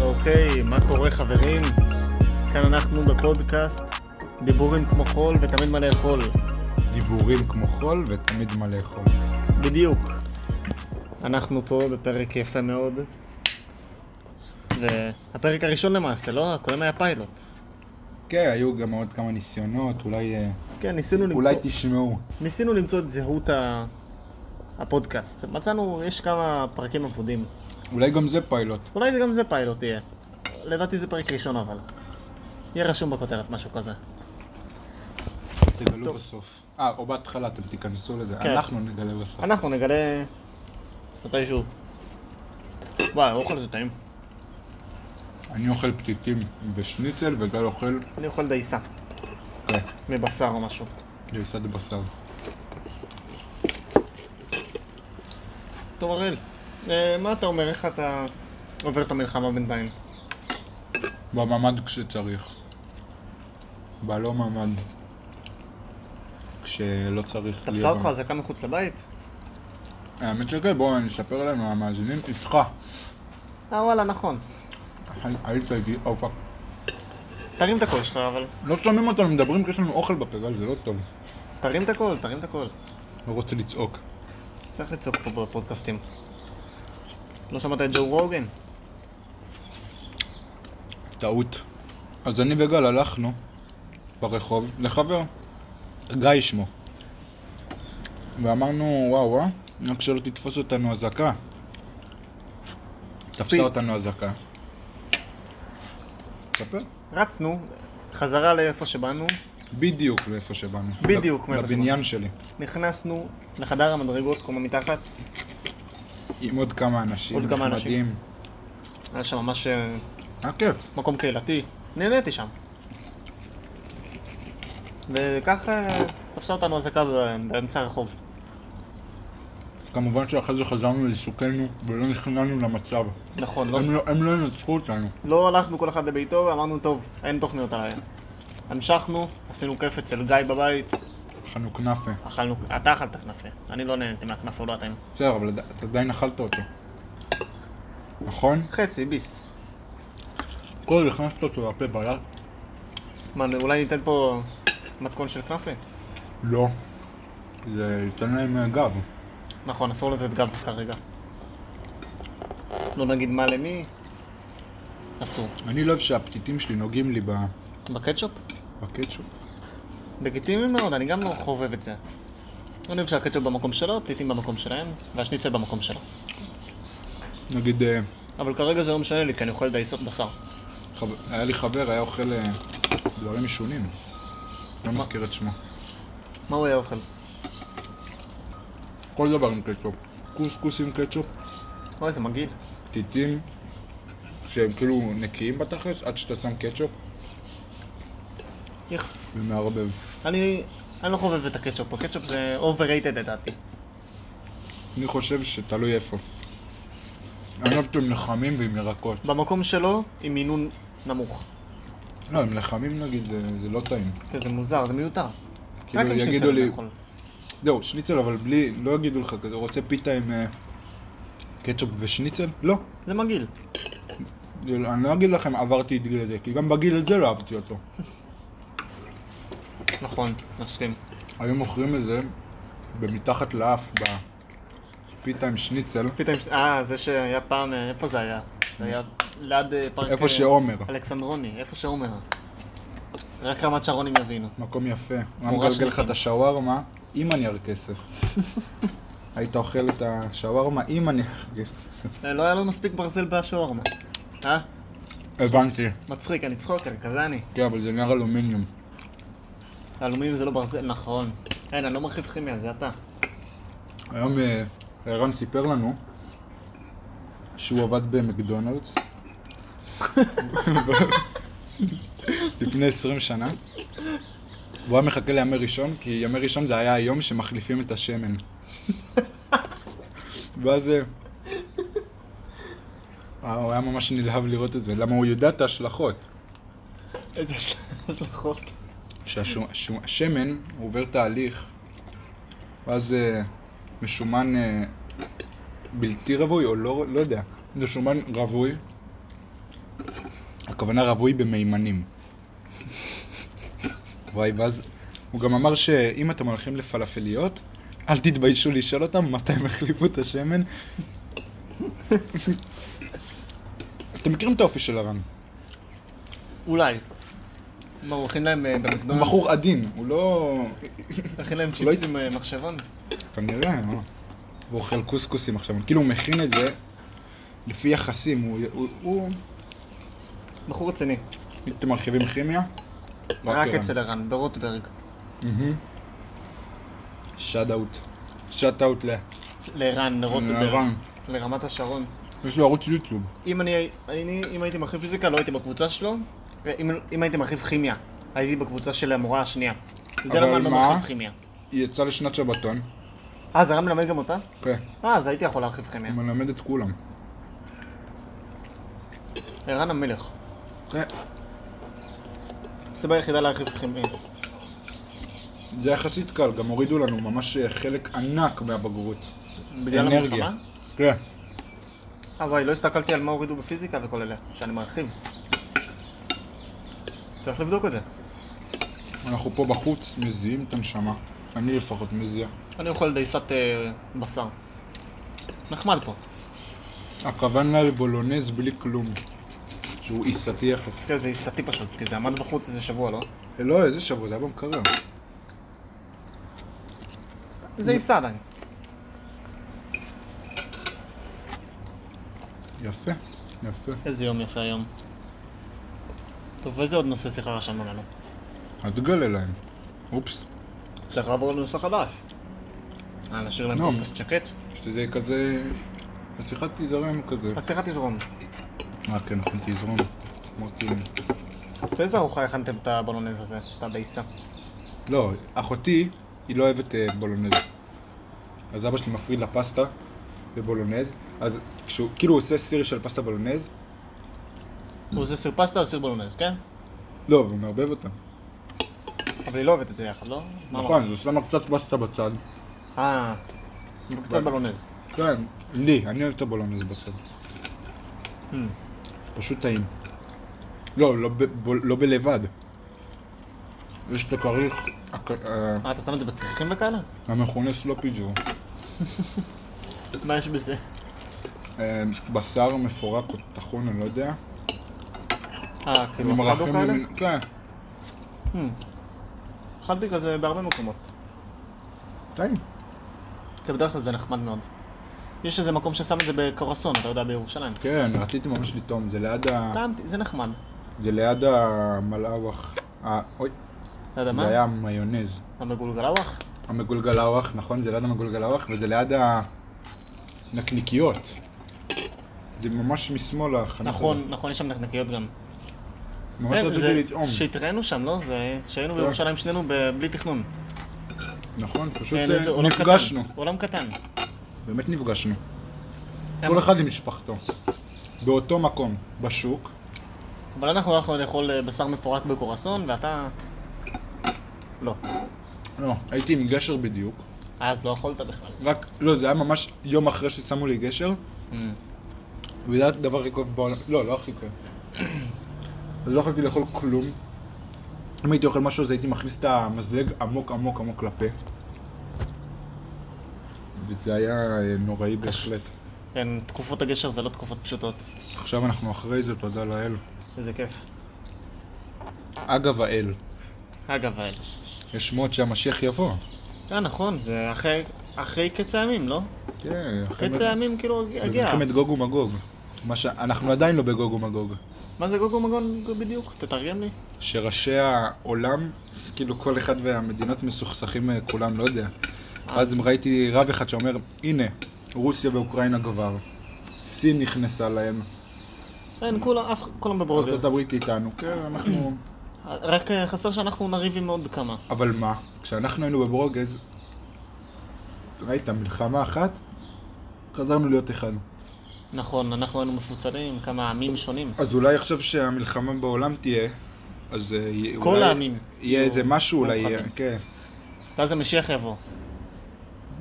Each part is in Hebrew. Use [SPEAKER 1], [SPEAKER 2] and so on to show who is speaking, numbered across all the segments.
[SPEAKER 1] אוקיי, מה קורה חברים? כאן אנחנו בפודקאסט דיבורים כמו חול ותמיד מה לאכול.
[SPEAKER 2] דיבורים כמו חול ותמיד מה לאכול.
[SPEAKER 1] בדיוק. אנחנו פה בפרק יפה מאוד. והפרק הראשון למעשה, לא? הקודם היה פיילוט.
[SPEAKER 2] כן, היו גם עוד כמה ניסיונות, אולי, אה,
[SPEAKER 1] כן, ניסינו למצוא,
[SPEAKER 2] אולי תשמעו.
[SPEAKER 1] ניסינו למצוא את זהות ה... הפודקאסט. מצאנו, יש כמה פרקים אבודים.
[SPEAKER 2] אולי גם זה פיילוט.
[SPEAKER 1] אולי זה גם זה פיילוט יהיה. לדעתי זה פרק ראשון אבל. יהיה רשום בכותרת משהו כזה.
[SPEAKER 2] תגלו
[SPEAKER 1] טוב.
[SPEAKER 2] בסוף. אה, או בהתחלה, אתם תיכנסו לזה.
[SPEAKER 1] כן.
[SPEAKER 2] אנחנו נגלה בסוף.
[SPEAKER 1] אנחנו נגלה מתישהו. וואי, האוכל זה טעים.
[SPEAKER 2] אני אוכל פתיתים ושניצל, וגל אוכל
[SPEAKER 1] אני אוכל דייסה
[SPEAKER 2] כן,
[SPEAKER 1] מבשר או משהו.
[SPEAKER 2] דריסת בשר.
[SPEAKER 1] טוב הראל, אה, מה אתה אומר? איך אתה עובר את המלחמה בינתיים?
[SPEAKER 2] בממ"ד כשצריך. בלא ממ"ד. כשלא צריך
[SPEAKER 1] תפסה
[SPEAKER 2] להיות
[SPEAKER 1] אותך
[SPEAKER 2] ממ"ד.
[SPEAKER 1] אזעקה מחוץ לבית?
[SPEAKER 2] האמת שכן, בואו נספר לנו, המאזינים איתך.
[SPEAKER 1] אה וואלה, נכון.
[SPEAKER 2] היית איתי, או פאק.
[SPEAKER 1] תרים את הקול שלך אבל.
[SPEAKER 2] לא שומעים אותנו מדברים כי יש לנו אוכל בפה, גל, זה לא טוב.
[SPEAKER 1] תרים את הקול, תרים את הקול.
[SPEAKER 2] לא רוצה לצעוק.
[SPEAKER 1] צריך לצעוק פה בפודקאסטים. לא שמעת את ג'ו רוגן?
[SPEAKER 2] טעות. אז אני וגל הלכנו ברחוב לחבר, גיא שמו. ואמרנו, וואו וואו, אה, רק שלא תתפוס אותנו אזעקה.
[SPEAKER 1] פי.
[SPEAKER 2] תפסה אותנו אזעקה. תספר.
[SPEAKER 1] רצנו חזרה לאיפה שבאנו,
[SPEAKER 2] בדיוק מאיפה שבאנו.
[SPEAKER 1] בדיוק
[SPEAKER 2] לב-
[SPEAKER 1] מאיפה
[SPEAKER 2] לבניין
[SPEAKER 1] שבאנו.
[SPEAKER 2] שלי.
[SPEAKER 1] נכנסנו לחדר המדרגות, קומה מתחת,
[SPEAKER 2] עם עוד כמה אנשים
[SPEAKER 1] עוד כמה אנשים.
[SPEAKER 2] נחמדים.
[SPEAKER 1] היה שם ממש אה,
[SPEAKER 2] היה כיף.
[SPEAKER 1] מקום קהילתי, נהניתי שם. וכך אה, תפסה אותנו אזעקה ב- באמצע הרחוב.
[SPEAKER 2] כמובן שאחרי זה חזרנו לעיסוקנו ולא נכנענו למצב.
[SPEAKER 1] נכון, לא,
[SPEAKER 2] הם לא- הם לא ינצחו אותנו.
[SPEAKER 1] לא הלכנו כל אחד לביתו ואמרנו, טוב, אין תוכניות הלילה. המשכנו, עשינו כיף אצל גיא בבית,
[SPEAKER 2] אכלנו כנאפה.
[SPEAKER 1] אכלנו, אתה אכלת כנפה, אני לא נהניתי מהכנפה, הוא לא הטעים.
[SPEAKER 2] בסדר, אבל עדי- אתה עדיין אכלת אותו. נכון?
[SPEAKER 1] חצי, ביס.
[SPEAKER 2] כל זה הכנסת אותו לפה ביד?
[SPEAKER 1] מה, אולי ניתן פה מתכון של כנפה?
[SPEAKER 2] לא. זה ייתן להם אה, גב.
[SPEAKER 1] נכון, אסור לתת גב כרגע. לא נגיד מה למי, אסור.
[SPEAKER 2] אני לא אוהב שהפתיתים שלי נוגעים לי ב-
[SPEAKER 1] בקטשופ?
[SPEAKER 2] בקטשופ.
[SPEAKER 1] לגיטימי מאוד, אני גם לא חובב את זה. אני אוהב שהקטשופ במקום שלו, הפתיתים במקום שלהם, והשניצל במקום שלו.
[SPEAKER 2] נגיד, אה,
[SPEAKER 1] אבל כרגע זה לא משנה לי, כי אני אוכל דייסות בשר.
[SPEAKER 2] חב- היה לי חבר, היה אוכל אה, דברים משונים. לא
[SPEAKER 1] מה?
[SPEAKER 2] מזכיר את שמו.
[SPEAKER 1] מה הוא היה אוכל?
[SPEAKER 2] כל דבר עם קטשופ. קוסקוס עם קטשופ,
[SPEAKER 1] אוי, זה מגעיל.
[SPEAKER 2] פתיתים שהם כאילו נקיים בתכלס, עד שאתה שם קטשופ
[SPEAKER 1] יחס.
[SPEAKER 2] ומערבב.
[SPEAKER 1] אני, אני לא חובב את הקטשופ, הקטשופ זה overrated לדעתי.
[SPEAKER 2] אני חושב שתלוי איפה. אני אוהב אותו עם לחמים ועם ירקות.
[SPEAKER 1] במקום שלו, עם מינון נמוך.
[SPEAKER 2] לא, הם לחמים נגיד, זה, זה לא טעים.
[SPEAKER 1] כן, זה מוזר, זה מיותר.
[SPEAKER 2] כאילו,
[SPEAKER 1] רק עם שניצל
[SPEAKER 2] יגידו
[SPEAKER 1] אתה
[SPEAKER 2] לי-
[SPEAKER 1] יכול.
[SPEAKER 2] זהו, שניצל אבל בלי, לא יגידו לך כזה, רוצה פיתה עם אה, קטשופ ושניצל? לא.
[SPEAKER 1] זה מגעיל.
[SPEAKER 2] אני לא אגיד לכם עברתי את גיל הזה, כי גם בגיל הזה לא אהבתי אותו.
[SPEAKER 1] נכון, מסכים.
[SPEAKER 2] היו מוכרים את זה במתחת לאף, בפיתה עם שניצל,
[SPEAKER 1] פתאום, אה, זה שהיה פעם, אה, איפה זה היה? זה היה ליד אה, פארק...
[SPEAKER 2] איפה
[SPEAKER 1] אה,
[SPEAKER 2] שעומר.
[SPEAKER 1] אלכסנדרוני, איפה שעומר. רק רמת שרונים יבינו.
[SPEAKER 2] מקום יפה. הוא
[SPEAKER 1] מורה
[SPEAKER 2] היה מגלגל לך
[SPEAKER 1] שניצל.
[SPEAKER 2] את השווארמה עם הנייר כסף. היית אוכל את השווארמה עם הנייר כסף.
[SPEAKER 1] אה, לא היה לו מספיק ברזל בשווארמה. אה?
[SPEAKER 2] הבנתי.
[SPEAKER 1] מצחיק, אני צחוקר, כזה אני.
[SPEAKER 2] כן, אבל זה נייר אלומיניום.
[SPEAKER 1] אלומיניום זה לא ברזל, נכון. אין, אני לא מרחיב כימיה, זה אתה.
[SPEAKER 2] היום אה, ערן סיפר לנו שהוא עבד במקדונלדס לפני 20 שנה. הוא היה מחכה לימי ראשון, כי ימי ראשון זה היה היום שמחליפים את השמן. ואז... אה, אה, הוא היה ממש נלהב לראות את זה, למה הוא יודע את ההשלכות.
[SPEAKER 1] איזה השל- השלכות.
[SPEAKER 2] שהשמן עובר תהליך, ואז אה, משומן אה, בלתי רווי, או לא, לא יודע, זה שומן רווי, הכוונה רווי במימנים. וואי, ואז הוא גם אמר שאם אתם הולכים לפלאפליות, אל תתביישו לשאול אותם מתי הם החליפו את השמן. אתם מכירים את האופי של הרן.
[SPEAKER 1] אולי. מה, הוא הכין להם אה,
[SPEAKER 2] הוא
[SPEAKER 1] במזנון?
[SPEAKER 2] בחור עדין, הוא לא...
[SPEAKER 1] הכין להם
[SPEAKER 2] לא
[SPEAKER 1] צ'יפס עם אה, מחשבון?
[SPEAKER 2] כנראה, מה? הוא אוכל קוסקוסים עכשיו, כאילו הוא מכין את זה לפי יחסים, הוא... הוא, הוא...
[SPEAKER 1] בחור רציני.
[SPEAKER 2] אתם מרחיבים כימיה? אוקיי.
[SPEAKER 1] רק
[SPEAKER 2] ערן.
[SPEAKER 1] אצל ערן, ברוטברג.
[SPEAKER 2] שאט אאוט. שאט אאוט ל...
[SPEAKER 1] לערן, לרוטברג.
[SPEAKER 2] לערן.
[SPEAKER 1] לרמת השרון.
[SPEAKER 2] יש לו ערוץ יוטיוב.
[SPEAKER 1] אם אני, אני אם הייתי מרחיב פיזיקה, לא הייתי בקבוצה שלו. אם, אם הייתי מרחיב כימיה, הייתי בקבוצה של המורה השנייה. זה
[SPEAKER 2] אבל
[SPEAKER 1] למה אני לא
[SPEAKER 2] מה?
[SPEAKER 1] מרחיב כימיה.
[SPEAKER 2] היא יצאה לשנת שבתון.
[SPEAKER 1] אה, אז הרב מלמד גם אותה?
[SPEAKER 2] כן.
[SPEAKER 1] אה, אז הייתי יכול להרחיב כימיה.
[SPEAKER 2] הוא מלמד את כולם.
[SPEAKER 1] ערן המלך.
[SPEAKER 2] כן.
[SPEAKER 1] הסיבה היחידה להרחיב כימיה.
[SPEAKER 2] זה יחסית קל, גם הורידו לנו ממש אה, חלק ענק מהבגרות.
[SPEAKER 1] בגלל
[SPEAKER 2] אנרגיה.
[SPEAKER 1] המלחמה?
[SPEAKER 2] כן.
[SPEAKER 1] אבל לא הסתכלתי על מה הורידו בפיזיקה וכל אלה, שאני מרחיב. צריך לבדוק את זה.
[SPEAKER 2] אנחנו פה בחוץ מזיעים את הנשמה. אני לפחות מזיע.
[SPEAKER 1] אני אוכל דייסת אה, בשר. נחמד פה.
[SPEAKER 2] הכוונה לבולונז בלי כלום. שהוא עיסתי יחסית.
[SPEAKER 1] תראה, זה דייסתי פשוט, כי זה עמד בחוץ איזה שבוע, לא?
[SPEAKER 2] אה, לא, איזה שבוע, זה היה במקרר.
[SPEAKER 1] זה עיסה עדיין.
[SPEAKER 2] יפה, יפה.
[SPEAKER 1] איזה יום יפה היום. טוב, איזה עוד נושא שיחה רשמנו לנו?
[SPEAKER 2] אל תגלה להם. אופס.
[SPEAKER 1] צריך לעבור לנושא חדש. אה, נשאיר להם
[SPEAKER 2] לא.
[SPEAKER 1] פודקאסט שקט?
[SPEAKER 2] שזה כזה... השיחה תיזרם כזה.
[SPEAKER 1] השיחה תזרום.
[SPEAKER 2] אה, כן, נכון, תיזרום. אמרתי...
[SPEAKER 1] באיזה ארוחה הכנתם את הבולונז הזה? את הדייסה?
[SPEAKER 2] לא, אחותי, היא לא אוהבת אה, בולונז. אז אבא שלי מפריד לה פסטה ובולונז. אז כשהוא, כאילו הוא עושה סיר של פסטה בולונז,
[SPEAKER 1] הוא עושה סיר פסטה או סיר בולונז, כן?
[SPEAKER 2] לא, הוא מערבב אותה.
[SPEAKER 1] אבל היא לא אוהבת את זה יחד, לא? מה
[SPEAKER 2] נכון, אז שמה קצת פסטה בצד.
[SPEAKER 1] אמרת? אה, וקצת בולונז.
[SPEAKER 2] כן, לי, אני אוהב את הבולונז בצד.
[SPEAKER 1] Hmm.
[SPEAKER 2] פשוט טעים. לא, לא, ב, בול- לא בלבד. יש את הכריך הכ, אה, לא
[SPEAKER 1] אה, אתה שם את זה בכריכים וכאלה?
[SPEAKER 2] המכונה סלופיג'ו.
[SPEAKER 1] מה יש בזה?
[SPEAKER 2] אה, בשר מפורק או טחון, אני לא יודע.
[SPEAKER 1] אה, כאילו
[SPEAKER 2] ומרחם
[SPEAKER 1] אסדו כאלה?
[SPEAKER 2] ממנו- כן,
[SPEAKER 1] Hmm. אכלתי כזה בהרבה מקומות.
[SPEAKER 2] טעים.
[SPEAKER 1] כי בדרך כלל זה נחמד מאוד. יש איזה מקום ששם את זה בקרסון, אתה יודע, בירושלים.
[SPEAKER 2] כן, רציתי ממש לטעום, זה ליד ה...
[SPEAKER 1] טעמתי, זה נחמד.
[SPEAKER 2] זה ליד המלאווח. ה- אוי,
[SPEAKER 1] אתה יודע
[SPEAKER 2] זה
[SPEAKER 1] מה?
[SPEAKER 2] היה מיונז.
[SPEAKER 1] המגולגלווח?
[SPEAKER 2] המגולגלאווח, נכון? זה ליד המגולגלאווח, וזה ליד הנקניקיות. זה ממש משמאל החנות. הזאת.
[SPEAKER 1] נכון, נכון, יש שם נקניקיות גם.
[SPEAKER 2] לא. ממש
[SPEAKER 1] אה, זה-
[SPEAKER 2] רציתי לטעום.
[SPEAKER 1] שהתראינו שם, לא? זה... שהיינו
[SPEAKER 2] כן.
[SPEAKER 1] בירושלים שנינו ב- בלי תכנון.
[SPEAKER 2] נכון, פשוט
[SPEAKER 1] כן,
[SPEAKER 2] אה,
[SPEAKER 1] איזה עולם קטן. כן.
[SPEAKER 2] נפגשנו.
[SPEAKER 1] עולם קטן.
[SPEAKER 2] באמת נפגשנו.
[SPEAKER 1] למה?
[SPEAKER 2] כל אחד עם משפחתו. באותו מקום, בשוק.
[SPEAKER 1] אבל אנחנו הלכנו לאכול אה, בשר מפורק בקורסון, ואתה... לא.
[SPEAKER 2] לא, הייתי עם גשר בדיוק.
[SPEAKER 1] אז לא אכולת בכלל.
[SPEAKER 2] רק, לא, זה היה ממש יום אחרי ששמו לי גשר,
[SPEAKER 1] אמ.
[SPEAKER 2] וזה היה הדבר הכי כואב בעולם. לא, לא הכי כואב. אז לא יכולתי לאכול כלום. אם הייתי אוכל משהו, אז הייתי מכניס את המזלג עמוק עמוק עמוק לפה. וזה היה אה, נוראי בהחלט.
[SPEAKER 1] כן, תקופות הגשר זה לא תקופות פשוטות.
[SPEAKER 2] עכשיו אנחנו אחרי זה, תודה לאל.
[SPEAKER 1] איזה כיף.
[SPEAKER 2] אגב האל,
[SPEAKER 1] אגב, האל.
[SPEAKER 2] יש שמות שהמשיח יבוא.
[SPEAKER 1] אה, נכון, זה אחרי- אחרי קץ הימים, לא?
[SPEAKER 2] כן, אחרי
[SPEAKER 1] קץ הימים כאילו הגיע.
[SPEAKER 2] במלחמת גוג ומגוג. מה ש... אנחנו עדיין לא בגוג ומגוג.
[SPEAKER 1] מה זה גוגו מגון בדיוק? תתרגם לי.
[SPEAKER 2] שראשי העולם, כאילו כל אחד והמדינות מסוכסכים אה, כולם, לא יודע. אז ראיתי רב אחד שאומר, הנה, רוסיה ואוקראינה גבר. סין נכנסה להם.
[SPEAKER 1] אין, כולם, אף כולם
[SPEAKER 2] ארצות
[SPEAKER 1] בברוגז.
[SPEAKER 2] הברית איתנו. כן, אנחנו...
[SPEAKER 1] רק אה, חסר שאנחנו נריב עם עוד כמה.
[SPEAKER 2] אבל מה, כשאנחנו היינו בברוגז, ראית, מלחמה אחת, חזרנו להיות אחד.
[SPEAKER 1] נכון, אנחנו היינו מפוצלים, כמה עמים שונים.
[SPEAKER 2] אז אולי עכשיו שהמלחמה בעולם תהיה, אז אה, יהיה-
[SPEAKER 1] כל
[SPEAKER 2] אולי
[SPEAKER 1] העמים
[SPEAKER 2] יהיה
[SPEAKER 1] יהיו
[SPEAKER 2] איזה משהו, אולי
[SPEAKER 1] מאוחדים.
[SPEAKER 2] יהיה, כן.
[SPEAKER 1] ואז המשיח יבוא.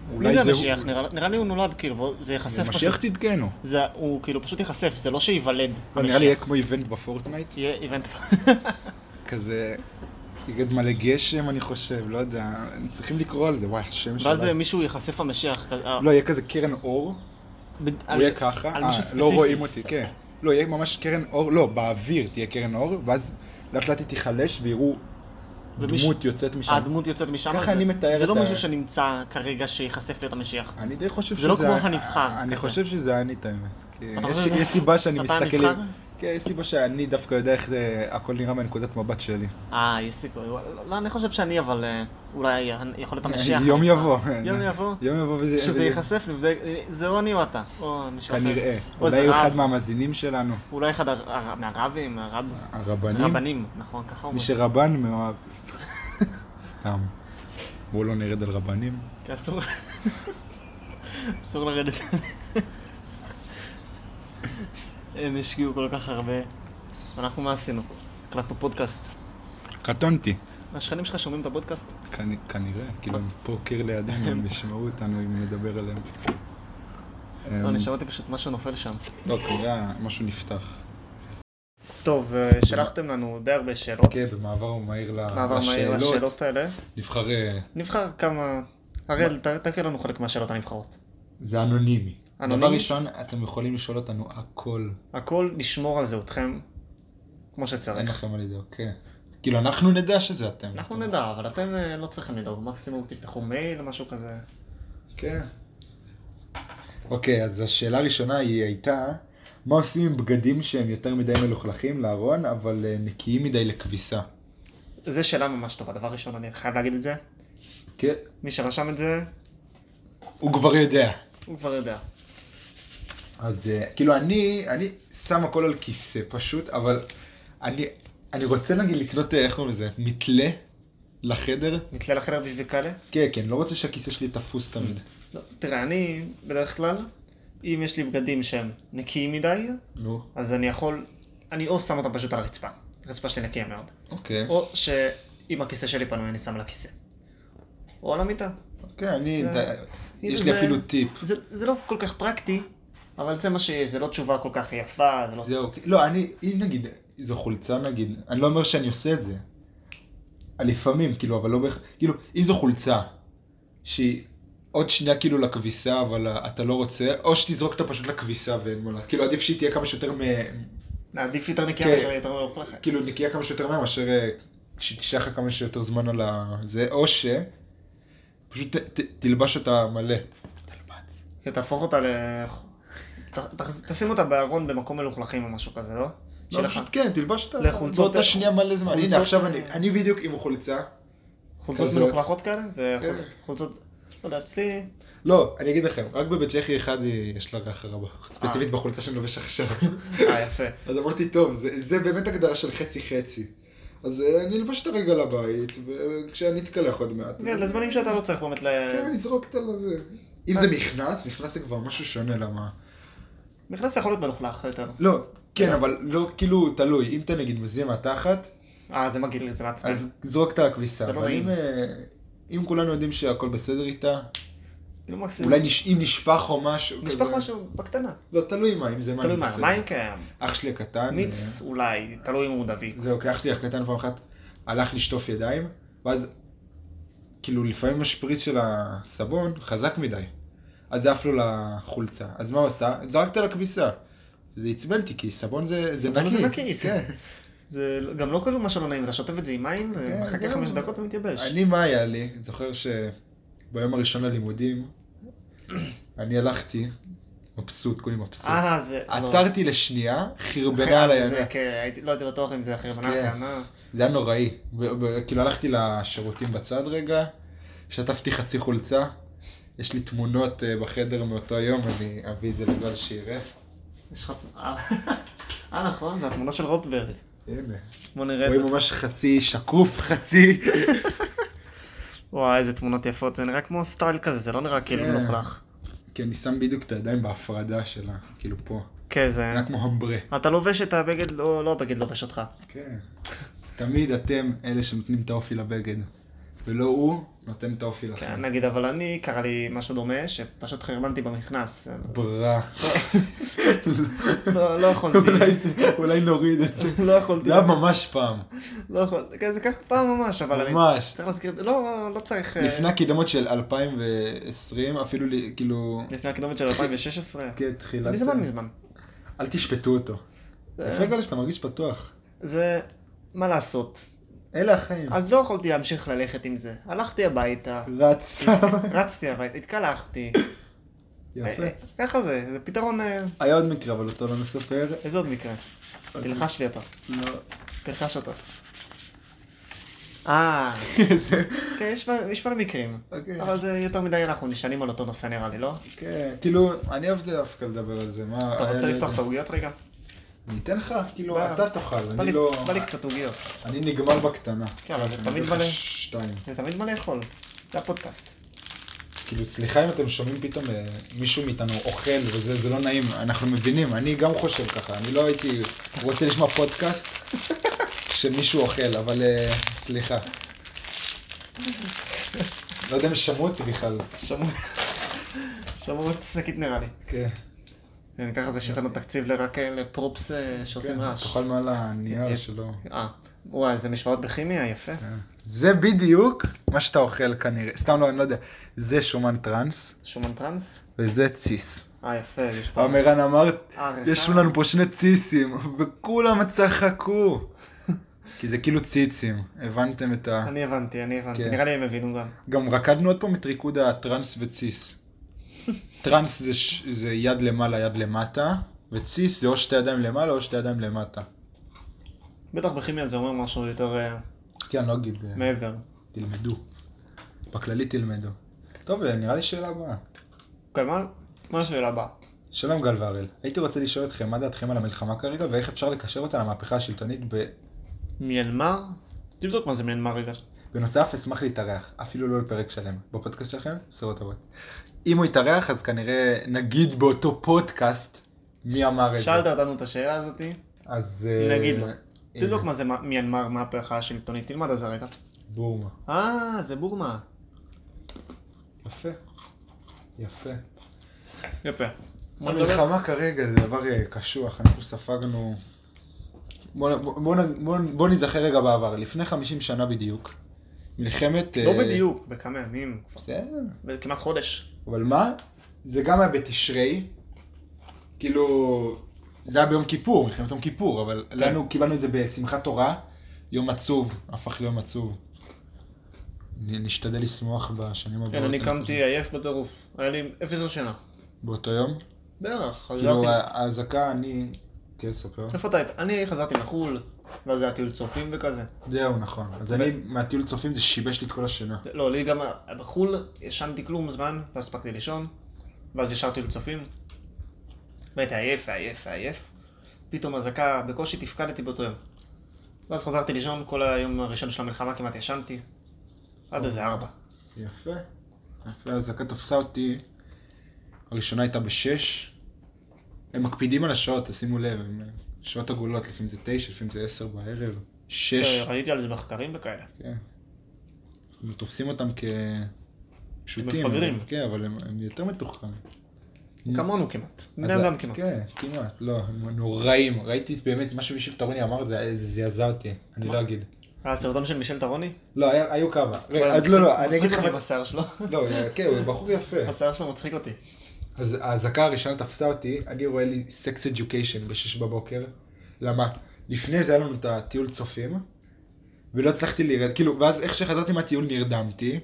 [SPEAKER 1] מי
[SPEAKER 2] אולי
[SPEAKER 1] זה המשיח? נראה נראה לי הוא נולד כאילו, זה ייחשף
[SPEAKER 2] זה
[SPEAKER 1] פשוט.
[SPEAKER 2] משיח תדגנו.
[SPEAKER 1] זה, הוא כאילו פשוט ייחשף, זה לא שייוולד.
[SPEAKER 2] לא, נראה לי יהיה כמו איבנט בפורטנייט,
[SPEAKER 1] יהיה איבנט.
[SPEAKER 2] כזה... יגד מלא גשם, אני חושב, לא יודע, הם צריכים לקרוא על זה, וואי, השם
[SPEAKER 1] ואז אה,
[SPEAKER 2] שלה.
[SPEAKER 1] מישהו ייחשף המשיח. כזה, אה,
[SPEAKER 2] לא, יהיה כזה קרן אור,
[SPEAKER 1] בד-
[SPEAKER 2] הוא יהיה ככה,
[SPEAKER 1] על
[SPEAKER 2] אה,
[SPEAKER 1] מישהו ספציפי.
[SPEAKER 2] לא רואים אותי, כן. לא, יהיה ממש קרן אור, לא, באוויר תהיה קרן אור, ואז לאט לאט היא תיחלש ויראו
[SPEAKER 1] ומישהו-
[SPEAKER 2] דמות יוצאת משם.
[SPEAKER 1] הדמות יוצאת משם.
[SPEAKER 2] ככה
[SPEAKER 1] זה-
[SPEAKER 2] אני מתאר
[SPEAKER 1] זה
[SPEAKER 2] את
[SPEAKER 1] לא
[SPEAKER 2] ה-
[SPEAKER 1] מישהו שנמצא כרגע שייחשף להיות המשיח.
[SPEAKER 2] אני די חושב
[SPEAKER 1] זה
[SPEAKER 2] שזה...
[SPEAKER 1] לא כמו
[SPEAKER 2] ה-
[SPEAKER 1] הנבחר,
[SPEAKER 2] אני
[SPEAKER 1] כזה.
[SPEAKER 2] חושב שזה אני את האמת. כי
[SPEAKER 1] אתה
[SPEAKER 2] יש-
[SPEAKER 1] חושב-
[SPEAKER 2] יש סיבה שאני
[SPEAKER 1] אתה
[SPEAKER 2] מסתכל...
[SPEAKER 1] הנבחר?
[SPEAKER 2] כן, יש סיבה שאני דווקא יודע איך זה הכל נראה מנקודת מבט שלי.
[SPEAKER 1] אה, יש סיכוי. לא, לא, אני חושב שאני, אבל אה, אולי ה- יכול להיות המשיח.
[SPEAKER 2] כן, אה, יום יבוא.
[SPEAKER 1] יום יבוא.
[SPEAKER 2] יום יבוא וזה...
[SPEAKER 1] שזה
[SPEAKER 2] וזה-
[SPEAKER 1] ייחשף, נבדק, אה, זה או אני או אתה. או מישהו אחר.
[SPEAKER 2] כנראה.
[SPEAKER 1] או
[SPEAKER 2] אולי
[SPEAKER 1] איזה
[SPEAKER 2] הוא אחד
[SPEAKER 1] רב.
[SPEAKER 2] מהמאזינים שלנו.
[SPEAKER 1] אולי אחד הר- הר- מהרבים, הרב...
[SPEAKER 2] הרבנים.
[SPEAKER 1] רבנים, נכון, ככה
[SPEAKER 2] מי
[SPEAKER 1] אומרים.
[SPEAKER 2] שרבן מאוהב. סתם. בואו לא נרד על רבנים.
[SPEAKER 1] כי כן, אסור... אסור לרדת. הם השקיעו כל כך הרבה. אנחנו מה עשינו? הקלטנו פודקאסט.
[SPEAKER 2] קטונתי.
[SPEAKER 1] השכנים שלך שומעים את הפודקאסט?
[SPEAKER 2] כנ- כנראה, כאילו הם
[SPEAKER 1] אוקיי.
[SPEAKER 2] פה קיר לידינו, הם ישמעו אותנו אם נדבר עליהם.
[SPEAKER 1] לא,
[SPEAKER 2] אמ,
[SPEAKER 1] אני שמעתי פשוט משהו נופל שם.
[SPEAKER 2] לא, קורה, משהו נפתח.
[SPEAKER 1] טוב, אה, שלחתם לנו די הרבה שאלות.
[SPEAKER 2] כן, במעבר מהיר ל- לשאלות.
[SPEAKER 1] האלה.
[SPEAKER 2] נבחר, אה,
[SPEAKER 1] נבחר כמה...
[SPEAKER 2] הראל,
[SPEAKER 1] תקריא לנו חלק מהשאלות הנבחרות.
[SPEAKER 2] זה אנונימי.
[SPEAKER 1] אנונימי?
[SPEAKER 2] דבר ראשון, אתם יכולים לשאול אותנו הכל.
[SPEAKER 1] הכל נשמור על זהותכם כמו
[SPEAKER 2] אין
[SPEAKER 1] שצריך.
[SPEAKER 2] לכם על ידי, אוקיי. כאילו, אנחנו נדע שזה אתם.
[SPEAKER 1] אנחנו
[SPEAKER 2] אתם-
[SPEAKER 1] נדע, אבל אתם אה, לא צריכים לדאוג. מקסימום תפתחו מייל, משהו כזה.
[SPEAKER 2] כן. אוקיי, אז השאלה הראשונה היא הייתה, מה עושים עם בגדים שהם יותר מדי מלוכלכים לארון, אבל אה, נקיים מדי לכביסה?
[SPEAKER 1] זו שאלה ממש טובה. דבר ראשון, אני חייב להגיד את זה.
[SPEAKER 2] כן,
[SPEAKER 1] מי שרשם את זה,
[SPEAKER 2] הוא כבר יודע.
[SPEAKER 1] הוא כבר יודע.
[SPEAKER 2] אז אה, כאילו אני, אני שם הכל על כיסא פשוט, אבל אני, אני רוצה נגיד לקנות, אה, איך קוראים לזה, מתלה לחדר.
[SPEAKER 1] נתלה לחדר בשביל כאלה?
[SPEAKER 2] כן, כן, לא רוצה שהכיסא שלי תפוס תמיד.
[SPEAKER 1] לא. תראה, אני בדרך כלל, אם יש לי בגדים שהם נקיים מדי,
[SPEAKER 2] נו,
[SPEAKER 1] אז אני יכול, אני או שם אותם פשוט על הרצפה. הרצפה שלי נקייה מאוד.
[SPEAKER 2] אוקיי.
[SPEAKER 1] או שאם הכיסא שלי פנוי, אני שם על הכיסא. או על המיטה.
[SPEAKER 2] אוקיי, אני,
[SPEAKER 1] זה-
[SPEAKER 2] ד- יש לי
[SPEAKER 1] אה, זה-
[SPEAKER 2] אפילו טיפ.
[SPEAKER 1] זה, זה לא כל כך פרקטי, אבל זה מה שיש, זה לא תשובה כל כך יפה, זה לא... זה...
[SPEAKER 2] זהו, כי- לא, אני, אם נגיד, זו חולצה נגיד, אני לא אומר שאני עושה את זה. לפעמים, כאילו, אבל לא בהכ... כאילו, אם זו חולצה, שהיא עוד שנייה כאילו לכביסה, אבל אה, אתה לא רוצה, או שתזרוק אותה פשוט לכביסה ואין מה לה... כאילו, עדיף שהיא תהיה כמה שיותר מ...
[SPEAKER 1] עדיף יותר נקייה
[SPEAKER 2] כן.
[SPEAKER 1] מאשר יותר מלוכלכת.
[SPEAKER 2] כאילו, נקייה כמה שיותר מהר, מאשר אה, שהיא תשאר לך כמה שיותר זמן על ה... זה, או ש... פשוט ת, ת, תלבש אותה מלא. תלבץ.
[SPEAKER 1] כן, תהפוך אותה ל... ת- ת- תשים אותה בארון במקום מלוכלכים או משהו כזה, לא?
[SPEAKER 2] לא,
[SPEAKER 1] שלך.
[SPEAKER 2] פשוט כן, תלבש אותה.
[SPEAKER 1] לחולצות-
[SPEAKER 2] באותה שנייה מלא זמן. הנה,
[SPEAKER 1] חולצות-
[SPEAKER 2] עכשיו אני, אני בדיוק עם חולצה.
[SPEAKER 1] חולצות
[SPEAKER 2] כזאת.
[SPEAKER 1] מלוכלכות כאלה? זה
[SPEAKER 2] לא- כן.
[SPEAKER 1] חול- חולצות... לא יודע, אצלי...
[SPEAKER 2] לא, אני אגיד לכם, רק בבית צ'כי אחד אה, יש לה ריח רבה, ספציפית בחולצה שאני לובש עכשיו.
[SPEAKER 1] אה, יפה.
[SPEAKER 2] אז אמרתי, טוב, זה, זה באמת הגדרה של חצי-חצי. אז אה, אני אלבש את הרגע לבית, וכשאני אתקלח עוד מעט.
[SPEAKER 1] כן, לזמנים אה. שאתה לא צריך באמת ל...
[SPEAKER 2] כן, נזרוק את הזה. אם זה מכנס, מכנס זה כבר משהו שונה, למה?
[SPEAKER 1] מכנס יכול להיות מלוכלך יותר.
[SPEAKER 2] לא, כן, אבל לא, כאילו, תלוי. אם אתה נגיד מזיע מהתחת,
[SPEAKER 1] אה, זה מגעיל, זה מעצבן.
[SPEAKER 2] אז זרוק את הכביסה.
[SPEAKER 1] זה לא
[SPEAKER 2] אבל אם,
[SPEAKER 1] נעים.
[SPEAKER 2] אה, אם כולנו יודעים שהכל בסדר איתה,
[SPEAKER 1] כאילו מקסימום.
[SPEAKER 2] אולי נש- אם נשפך או משהו
[SPEAKER 1] נשפך משהו בקטנה.
[SPEAKER 2] לא, תלוי מה, אם זה מה.
[SPEAKER 1] תלוי
[SPEAKER 2] אני
[SPEAKER 1] מה,
[SPEAKER 2] בסדר.
[SPEAKER 1] מים כן.
[SPEAKER 2] אח שלי הקטן,
[SPEAKER 1] מיץ אולי, תלוי אם הוא דביק.
[SPEAKER 2] אה, זהו, כי אח שלי הקטן פעם אחת הלך לשטוף ידיים, ואז כאילו לפעמים השפריץ של הסבון חזק מדי, אז זה עף לו לחולצה. אז מה הוא עשה? זרקת לכביסה. זה עצבן אותי, כי סבון זה, זה
[SPEAKER 1] סבון
[SPEAKER 2] נקי.
[SPEAKER 1] זה נקי, זה-
[SPEAKER 2] כן.
[SPEAKER 1] זה גם לא כלום משהו לא נעים, אתה שוטף את זה עם מים,
[SPEAKER 2] כן,
[SPEAKER 1] מחכה
[SPEAKER 2] זהו.
[SPEAKER 1] חמש דקות ומתייבש.
[SPEAKER 2] אני, מה היה לי? זוכר שביום הראשון ללימודים, אני הלכתי, מבסוט, כולי מבסוט.
[SPEAKER 1] אה, זה... לא.
[SPEAKER 2] עצרתי לשנייה, חרבנה
[SPEAKER 1] אחרי-
[SPEAKER 2] על
[SPEAKER 1] זה,
[SPEAKER 2] הידיים.
[SPEAKER 1] כן, הייתי- לא הייתי בטוח אם זה אחרי בנה
[SPEAKER 2] כן.
[SPEAKER 1] הטענה.
[SPEAKER 2] זה היה נוראי. ב- ב- כאילו הלכתי לשירותים בצד רגע, שטפתי חצי חולצה, יש לי תמונות אה, בחדר מאותו יום, אני אביא את זה לגל שיראה.
[SPEAKER 1] יש לך... אה, אה, נכון, זה התמונה של רוטברג.
[SPEAKER 2] הנה,
[SPEAKER 1] בוא נראה את
[SPEAKER 2] רואים
[SPEAKER 1] זה.
[SPEAKER 2] ממש חצי שקוף, חצי...
[SPEAKER 1] וואי, איזה תמונות יפות. זה נראה כמו סטייל כזה, זה לא נראה כאילו
[SPEAKER 2] כן.
[SPEAKER 1] מלוכלך.
[SPEAKER 2] כי אני שם בדיוק את הידיים בהפרדה שלה, כאילו פה.
[SPEAKER 1] כן, זה...
[SPEAKER 2] נראה כמו המברה.
[SPEAKER 1] אתה לובש את הבגד, לא, לא הבגד לובש אותך.
[SPEAKER 2] כן. תמיד אתם אלה שנותנים את האופי לבגד, ולא הוא נותן את האופי לכם.
[SPEAKER 1] כן, נגיד, אבל אני, קרה לי משהו דומה, שפשוט חרבנתי במכנס.
[SPEAKER 2] ברע.
[SPEAKER 1] נכון, לא, לא יכולתי.
[SPEAKER 2] אולי זה- אולי נוריד את זה.
[SPEAKER 1] לא יכולתי.
[SPEAKER 2] זה היה ממש פעם,
[SPEAKER 1] לא יכול. כן, זה ככה פעם ממש, אבל אני...
[SPEAKER 2] ממש.
[SPEAKER 1] צריך להזכיר... לא, לא צריך... אה,
[SPEAKER 2] לפני הקדמות של 2020, אפילו לי- כאילו...
[SPEAKER 1] לפני הקדומת של 2016.
[SPEAKER 2] כן, תחילת...
[SPEAKER 1] מזמן מזמן. כן.
[SPEAKER 2] אל תשפטו אותו.
[SPEAKER 1] זה-
[SPEAKER 2] יפה גל שאתה מרגיש פתוח.
[SPEAKER 1] זה... מה לעשות?
[SPEAKER 2] אלה החיים.
[SPEAKER 1] אז לא יכולתי להמשיך ללכת עם זה. הלכתי הביתה,
[SPEAKER 2] רץ.
[SPEAKER 1] רצתי הביתה, התקלחתי.
[SPEAKER 2] יפה.
[SPEAKER 1] אה, אה, ככה זה, זה פתרון... אה,
[SPEAKER 2] היה עוד מקרה, אבל אותו לא נספר.
[SPEAKER 1] איזה עוד מקרה?
[SPEAKER 2] אוקיי.
[SPEAKER 1] תלחש לי אותו.
[SPEAKER 2] לא.
[SPEAKER 1] תלחש אותו. אה, כן, יש מלא- יש מלא מקרים.
[SPEAKER 2] אוקיי.
[SPEAKER 1] אבל זה יותר מדי אנחנו נשענים על אותו נושא נראה לי, לא?
[SPEAKER 2] כן, כאילו, אני אוהב דווקא לדבר על זה, מה...
[SPEAKER 1] אתה רוצה
[SPEAKER 2] היה-
[SPEAKER 1] לפתוח את העוגיות רגע?
[SPEAKER 2] אני אתן לך, כאילו,
[SPEAKER 1] בא-
[SPEAKER 2] אתה תאכל,
[SPEAKER 1] אה, בא לי-
[SPEAKER 2] אני לא...
[SPEAKER 1] בא לי קצת עוגיות.
[SPEAKER 2] אני נגמל בקטנה.
[SPEAKER 1] כן, אבל זה
[SPEAKER 2] אני
[SPEAKER 1] תמיד
[SPEAKER 2] אתן לך
[SPEAKER 1] מלא.
[SPEAKER 2] שתיים.
[SPEAKER 1] זה תמיד מה לאכול. זה הפודקאסט.
[SPEAKER 2] כאילו, סליחה אם אתם שומעים פתאום אה, מישהו מאיתנו אוכל וזה, זה לא נעים, אנחנו מבינים, אני גם חושב ככה, אני לא הייתי רוצה לשמוע פודקאסט שמישהו אוכל, אבל אה, סליחה. לא יודע אם שמעו אותי בכלל.
[SPEAKER 1] שמעו- שמעו את השקית נראה לי.
[SPEAKER 2] כן.
[SPEAKER 1] כן, ככה זה שיש לנו תקציב לרק אה, לפרופס אה, שעושים
[SPEAKER 2] כן,
[SPEAKER 1] רעש.
[SPEAKER 2] תאכל מעל הנייר
[SPEAKER 1] יפ.
[SPEAKER 2] שלו.
[SPEAKER 1] אה, וואי, זה משוואות בכימיה, יפה.
[SPEAKER 2] כן. זה בדיוק מה שאתה אוכל כנראה, סתם לא, אני לא יודע. זה שומן טראנס
[SPEAKER 1] שומן טראנס?
[SPEAKER 2] וזה ציס.
[SPEAKER 1] אה, יפה, יש פה...
[SPEAKER 2] אמירן אמר,
[SPEAKER 1] אה, רחב.
[SPEAKER 2] יש לנו פה שני ציסים, וכולם צחקו. כי זה כאילו ציצים, הבנתם את ה...
[SPEAKER 1] אני הבנתי, אני הבנתי.
[SPEAKER 2] כן.
[SPEAKER 1] נראה לי הם הבינו גם.
[SPEAKER 2] גם רקדנו עוד פעם את ריקוד הטראנס וציס. טראנס זה, ש... זה יד למעלה, יד למטה, וציס זה או שתי ידיים למעלה או שתי ידיים למטה.
[SPEAKER 1] בטח בכימיה זה אומר משהו יותר אה,
[SPEAKER 2] כן, לא אגיד, אה,
[SPEAKER 1] מעבר.
[SPEAKER 2] תלמדו. בכללי תלמדו. טוב, אה, נראה לי שאלה הבאה.
[SPEAKER 1] אוקיי, מה- מה השאלה הבאה?
[SPEAKER 2] שלום גל והראל, הייתי רוצה לשאול אתכם מה דעתכם על המלחמה כרגע ואיך אפשר לקשר אותה למהפכה השלטונית ב...
[SPEAKER 1] מיינמר? תבדוק מה זה מיינמר רגע.
[SPEAKER 2] בנוסף, אשמח להתארח, אפילו לא לפרק שלם, בפודקאסט שלכם, בשורות טובות. אם הוא יתארח, אז כנראה נגיד באותו פודקאסט מי אמר את זה.
[SPEAKER 1] שאלת אותנו את השאלה הזאתי?
[SPEAKER 2] אז... אה,
[SPEAKER 1] נגיד לו.
[SPEAKER 2] הנה,
[SPEAKER 1] תבדוק מה זה מה- מיינמר, מה הפרחה השלטונית, תלמד על זה רגע.
[SPEAKER 2] בום.
[SPEAKER 1] אה, זה בורמה.
[SPEAKER 2] יפה. יפה.
[SPEAKER 1] יפה. בוא נדבר.
[SPEAKER 2] המלחמה כרגע זה דבר אה, קשוח, אנחנו ספגנו... בוא, נ- בוא, נ- בוא, נ- בוא נזכר רגע בעבר, לפני 50 שנה בדיוק, מלחמת...
[SPEAKER 1] לא
[SPEAKER 2] אה,
[SPEAKER 1] בדיוק, בכמה ימים, כבר.
[SPEAKER 2] בסדר.
[SPEAKER 1] כמעט חודש.
[SPEAKER 2] אבל מה? זה גם היה בתשרי, כאילו, זה היה ביום כיפור, מלחמת יום כיפור, אבל כן. לנו קיבלנו את זה בשמחת תורה, יום עצוב, הפך ליום עצוב. נ- נשתדל לשמוח בשנים הבאות.
[SPEAKER 1] כן, אני קמתי
[SPEAKER 2] חושב.
[SPEAKER 1] עייף בטירוף. היה לי אפס שינה.
[SPEAKER 2] באותו יום?
[SPEAKER 1] בערך, חזרתי.
[SPEAKER 2] כאילו, האזעקה, אני... כן, ספר.
[SPEAKER 1] איפה אתה היית? אני חזרתי מחו"ל, ואז היה טיול צופים וכזה.
[SPEAKER 2] זהו, נכון. אז
[SPEAKER 1] ו-
[SPEAKER 2] אני, מהטיול צופים זה שיבש לי את כל השינה.
[SPEAKER 1] לא, לי גם בחו"ל, ישנתי כלום זמן, לא הספקתי לישון, ואז ישר טיול צופים. והייתי עייף, עייף, עייף. פתאום אזעקה, בקושי תפקדתי באותו יום. ואז חזרתי לישון, כל היום הראשון של המלחמה כמעט ישנתי. עד איזה ארבע.
[SPEAKER 2] יפה. יפה, האזעקה תפסה אותי. הראשונה הייתה בשש. הם מקפידים על השעות, תשימו לב, הם שעות עגולות, לפעמים זה תשע, לפעמים זה עשר בערב. שש.
[SPEAKER 1] ראיתי על זה מחקרים וכאלה.
[SPEAKER 2] כן. הם תופסים אותם כפשוטים.
[SPEAKER 1] מפגרים.
[SPEAKER 2] אבל- כן, אבל הם, הם יותר מתוחכמים.
[SPEAKER 1] כמונו כמעט. בני
[SPEAKER 2] אז-
[SPEAKER 1] אדם כמעט.
[SPEAKER 2] כן, כמעט, לא, הם נוראים. ראיתי באמת, מה שמישהו טרוני אמר, זה זה זעזע אותי, אני
[SPEAKER 1] מה?
[SPEAKER 2] לא אגיד.
[SPEAKER 1] אה, הסרטון של מישל טרוני?
[SPEAKER 2] לא, היה- היו כמה. רגע,
[SPEAKER 1] וואלה,
[SPEAKER 2] אז לא, לא,
[SPEAKER 1] מצחיק
[SPEAKER 2] אני אגיד לך...
[SPEAKER 1] אותי
[SPEAKER 2] מה-
[SPEAKER 1] בשיער שלו.
[SPEAKER 2] לא, כן, הוא בחור יפה.
[SPEAKER 1] השיער שלו מצחיק אותי.
[SPEAKER 2] אז האזעקה הראשונה תפסה אותי, אני רואה לי סקס אדיוקיישן בשש בבוקר. למה? לפני זה היה לנו את הטיול צופים, ולא הצלחתי להירד, כאילו, ואז איך שחזרתי מהטיול נרדמתי,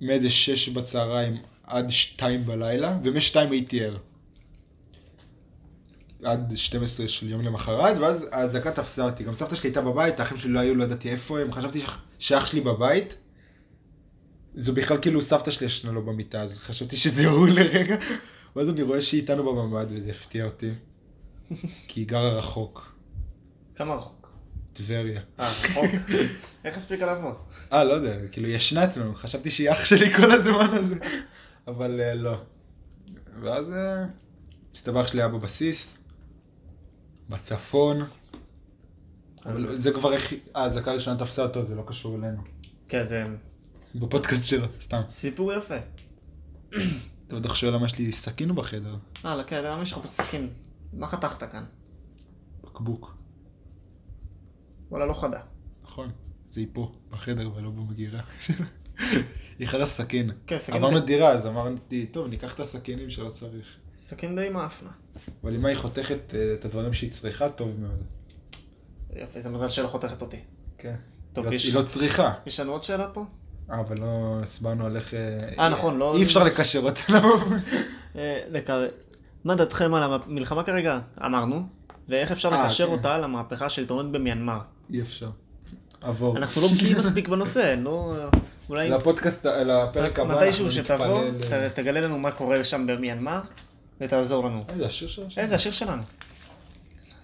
[SPEAKER 2] מאיזה שש בצהריים עד שתיים בלילה, ומשתיים הייתי ער. עד 12 של יום למחרת, ואז האזעקה תפסה אותי. גם סבתא שלי הייתה בבית, האחים שלי לא היו, לא ידעתי איפה הם, חשבתי שאח- שאח שלי בבית. זו בכלל כאילו סבתא שלי ישנה לו במיטה, אז חשבתי שזה הוא לרגע. ואז אני רואה שהיא איתנו בממ"ד, וזה הפתיע אותי. כי היא גרה רחוק,
[SPEAKER 1] כמה רחוק?
[SPEAKER 2] טבריה.
[SPEAKER 1] אה, רחוק. איך הספיקה לבוא?
[SPEAKER 2] אה, לא יודע, כאילו היא ישנה אצלנו, חשבתי שהיא אח שלי כל הזמן הזה. אבל אה, לא. ואז אה, מסתבר שלי היה בבסיס, בצפון, אבל זה כבר איך... אה, אזעקה ראשונה תפסה אותו, זה לא קשור אלינו.
[SPEAKER 1] כן, זה
[SPEAKER 2] בפודקאסט שלו, סתם.
[SPEAKER 1] סיפור יפה.
[SPEAKER 2] אתה בטח שואל למה יש לי סכין בחדר.
[SPEAKER 1] הלאה, כן, למה יש לך פה סכין? מה חתכת כאן?
[SPEAKER 2] בקבוק.
[SPEAKER 1] וואלה, לא חדה.
[SPEAKER 2] נכון. זה היא פה, בחדר, ולא במגירה. היא חלה סכין.
[SPEAKER 1] כן, סכין
[SPEAKER 2] עברנו
[SPEAKER 1] די-
[SPEAKER 2] דירה, אז אמרתי, טוב, ניקח את הסכינים שלא צריך.
[SPEAKER 1] סכין די מאפנה.
[SPEAKER 2] אבל אמא היא חותכת אה, את הדברים שהיא צריכה טוב מאוד.
[SPEAKER 1] יפה, זה מזל שלא חותכת אותי.
[SPEAKER 2] כן.
[SPEAKER 1] טוב,
[SPEAKER 2] היא לא-
[SPEAKER 1] יש-
[SPEAKER 2] היא לא צריכה.
[SPEAKER 1] יש לנו עוד שאלה פה?
[SPEAKER 2] אה, אבל לא הסברנו על איך...
[SPEAKER 1] אה, נכון, לא-
[SPEAKER 2] אי אפשר לא- לקשר אותנו.
[SPEAKER 1] אה, לקר- מה דעתכם על המלחמה כרגע? אמרנו. ואיך אפשר
[SPEAKER 2] אה,
[SPEAKER 1] לקשר
[SPEAKER 2] כן. אוקיי.
[SPEAKER 1] אותה למהפכה השלטונית במיינמר?
[SPEAKER 2] אי אפשר. עבור.
[SPEAKER 1] אנחנו לא בקיאים מספיק בנושא, לא... אולי...
[SPEAKER 2] לפודקאסט, אה, לפרק הבא,
[SPEAKER 1] מתישהו שתבוא,
[SPEAKER 2] נתפלל,
[SPEAKER 1] ת- תגלה לנו מה קורה שם במיינמר, ותעזור לנו.
[SPEAKER 2] אה, זה השיר שלו?
[SPEAKER 1] אה, זה השיר שלנו.